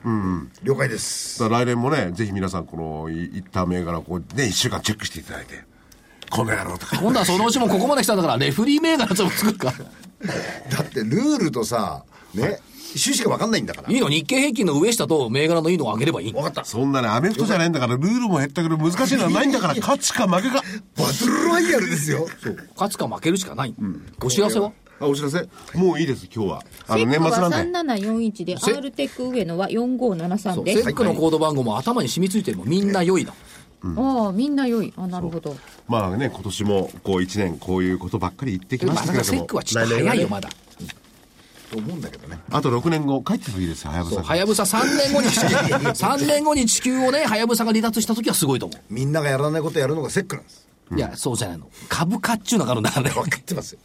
Speaker 6: 了解です
Speaker 7: さあ来年もね、ぜひ皆さん、この、いいった銘柄をこう、ね、1週間チェックしていただいて、この野郎とか。
Speaker 1: 今度はそのうちもここまで来たんだから、レフェリー銘柄ちょっと作る か。
Speaker 6: だってルールとさね趣旨がわかんないんだから
Speaker 1: いいの、日経平均の上下と銘柄のいいのを上げればいい。
Speaker 6: わかった
Speaker 7: そんなね、アメフトじゃないんだから、ルールも減ったけど、難しいのはないんだから、勝ちか負けか。
Speaker 6: バトルロイヤルですよ
Speaker 1: 勝つか負けるしかない。お知らせは
Speaker 7: あ、お知らせもういいです、今日は。あ
Speaker 4: セ
Speaker 7: の、
Speaker 4: ッ
Speaker 7: 年
Speaker 4: ク
Speaker 7: 末
Speaker 4: は
Speaker 7: なんで。
Speaker 4: 3741で、ア
Speaker 1: せ
Speaker 4: ールテック上野は4573
Speaker 1: セ
Speaker 4: です。
Speaker 1: ックのコード番号も頭に染みついてるもんみんな良いだ。
Speaker 4: ああ、みんな良い。あ、なるほど。
Speaker 7: まあね、今年も、こう、一年、こういうことばっかり言ってきま
Speaker 1: ま
Speaker 7: した
Speaker 1: だ
Speaker 7: けれど
Speaker 1: セ
Speaker 7: も。
Speaker 1: ックはちょっと早いよ、まだ。
Speaker 6: と思うんだけどね
Speaker 7: あと6年後、帰ってきた時ですよ、はやぶさ
Speaker 1: はやぶさ3年後に地球、3年 後に地球をね、はやぶさが離脱した時はすごいと思
Speaker 6: みんながやらないことやるのがセックなんです
Speaker 1: う。いや、そうじゃないの。株価っちゅうのがあるんだ からね。
Speaker 6: 分かってますよ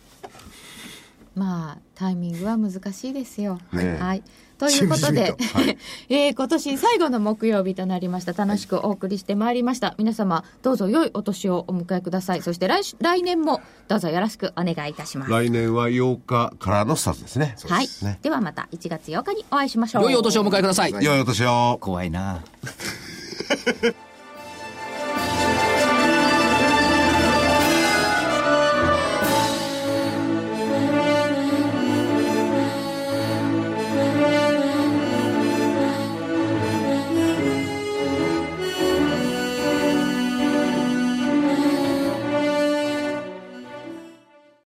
Speaker 4: まあ、タイミングは難しいですよ。
Speaker 7: ねえ
Speaker 4: はい。ということ
Speaker 6: しみじみ
Speaker 4: で
Speaker 6: と、
Speaker 4: えー今年最後の木曜日となりました。楽しくお送りしてまいりました。皆様、どうぞ良いお年をお迎えください。そして来し来年も、どうぞよろしくお願いいたします。
Speaker 7: 来年は8日からのスタートですね。
Speaker 4: はい。
Speaker 7: ね
Speaker 4: ではまた1月8日にお会いしましょう。
Speaker 1: 良いお年をお迎えください。
Speaker 7: 良いお年を。
Speaker 5: 怖いな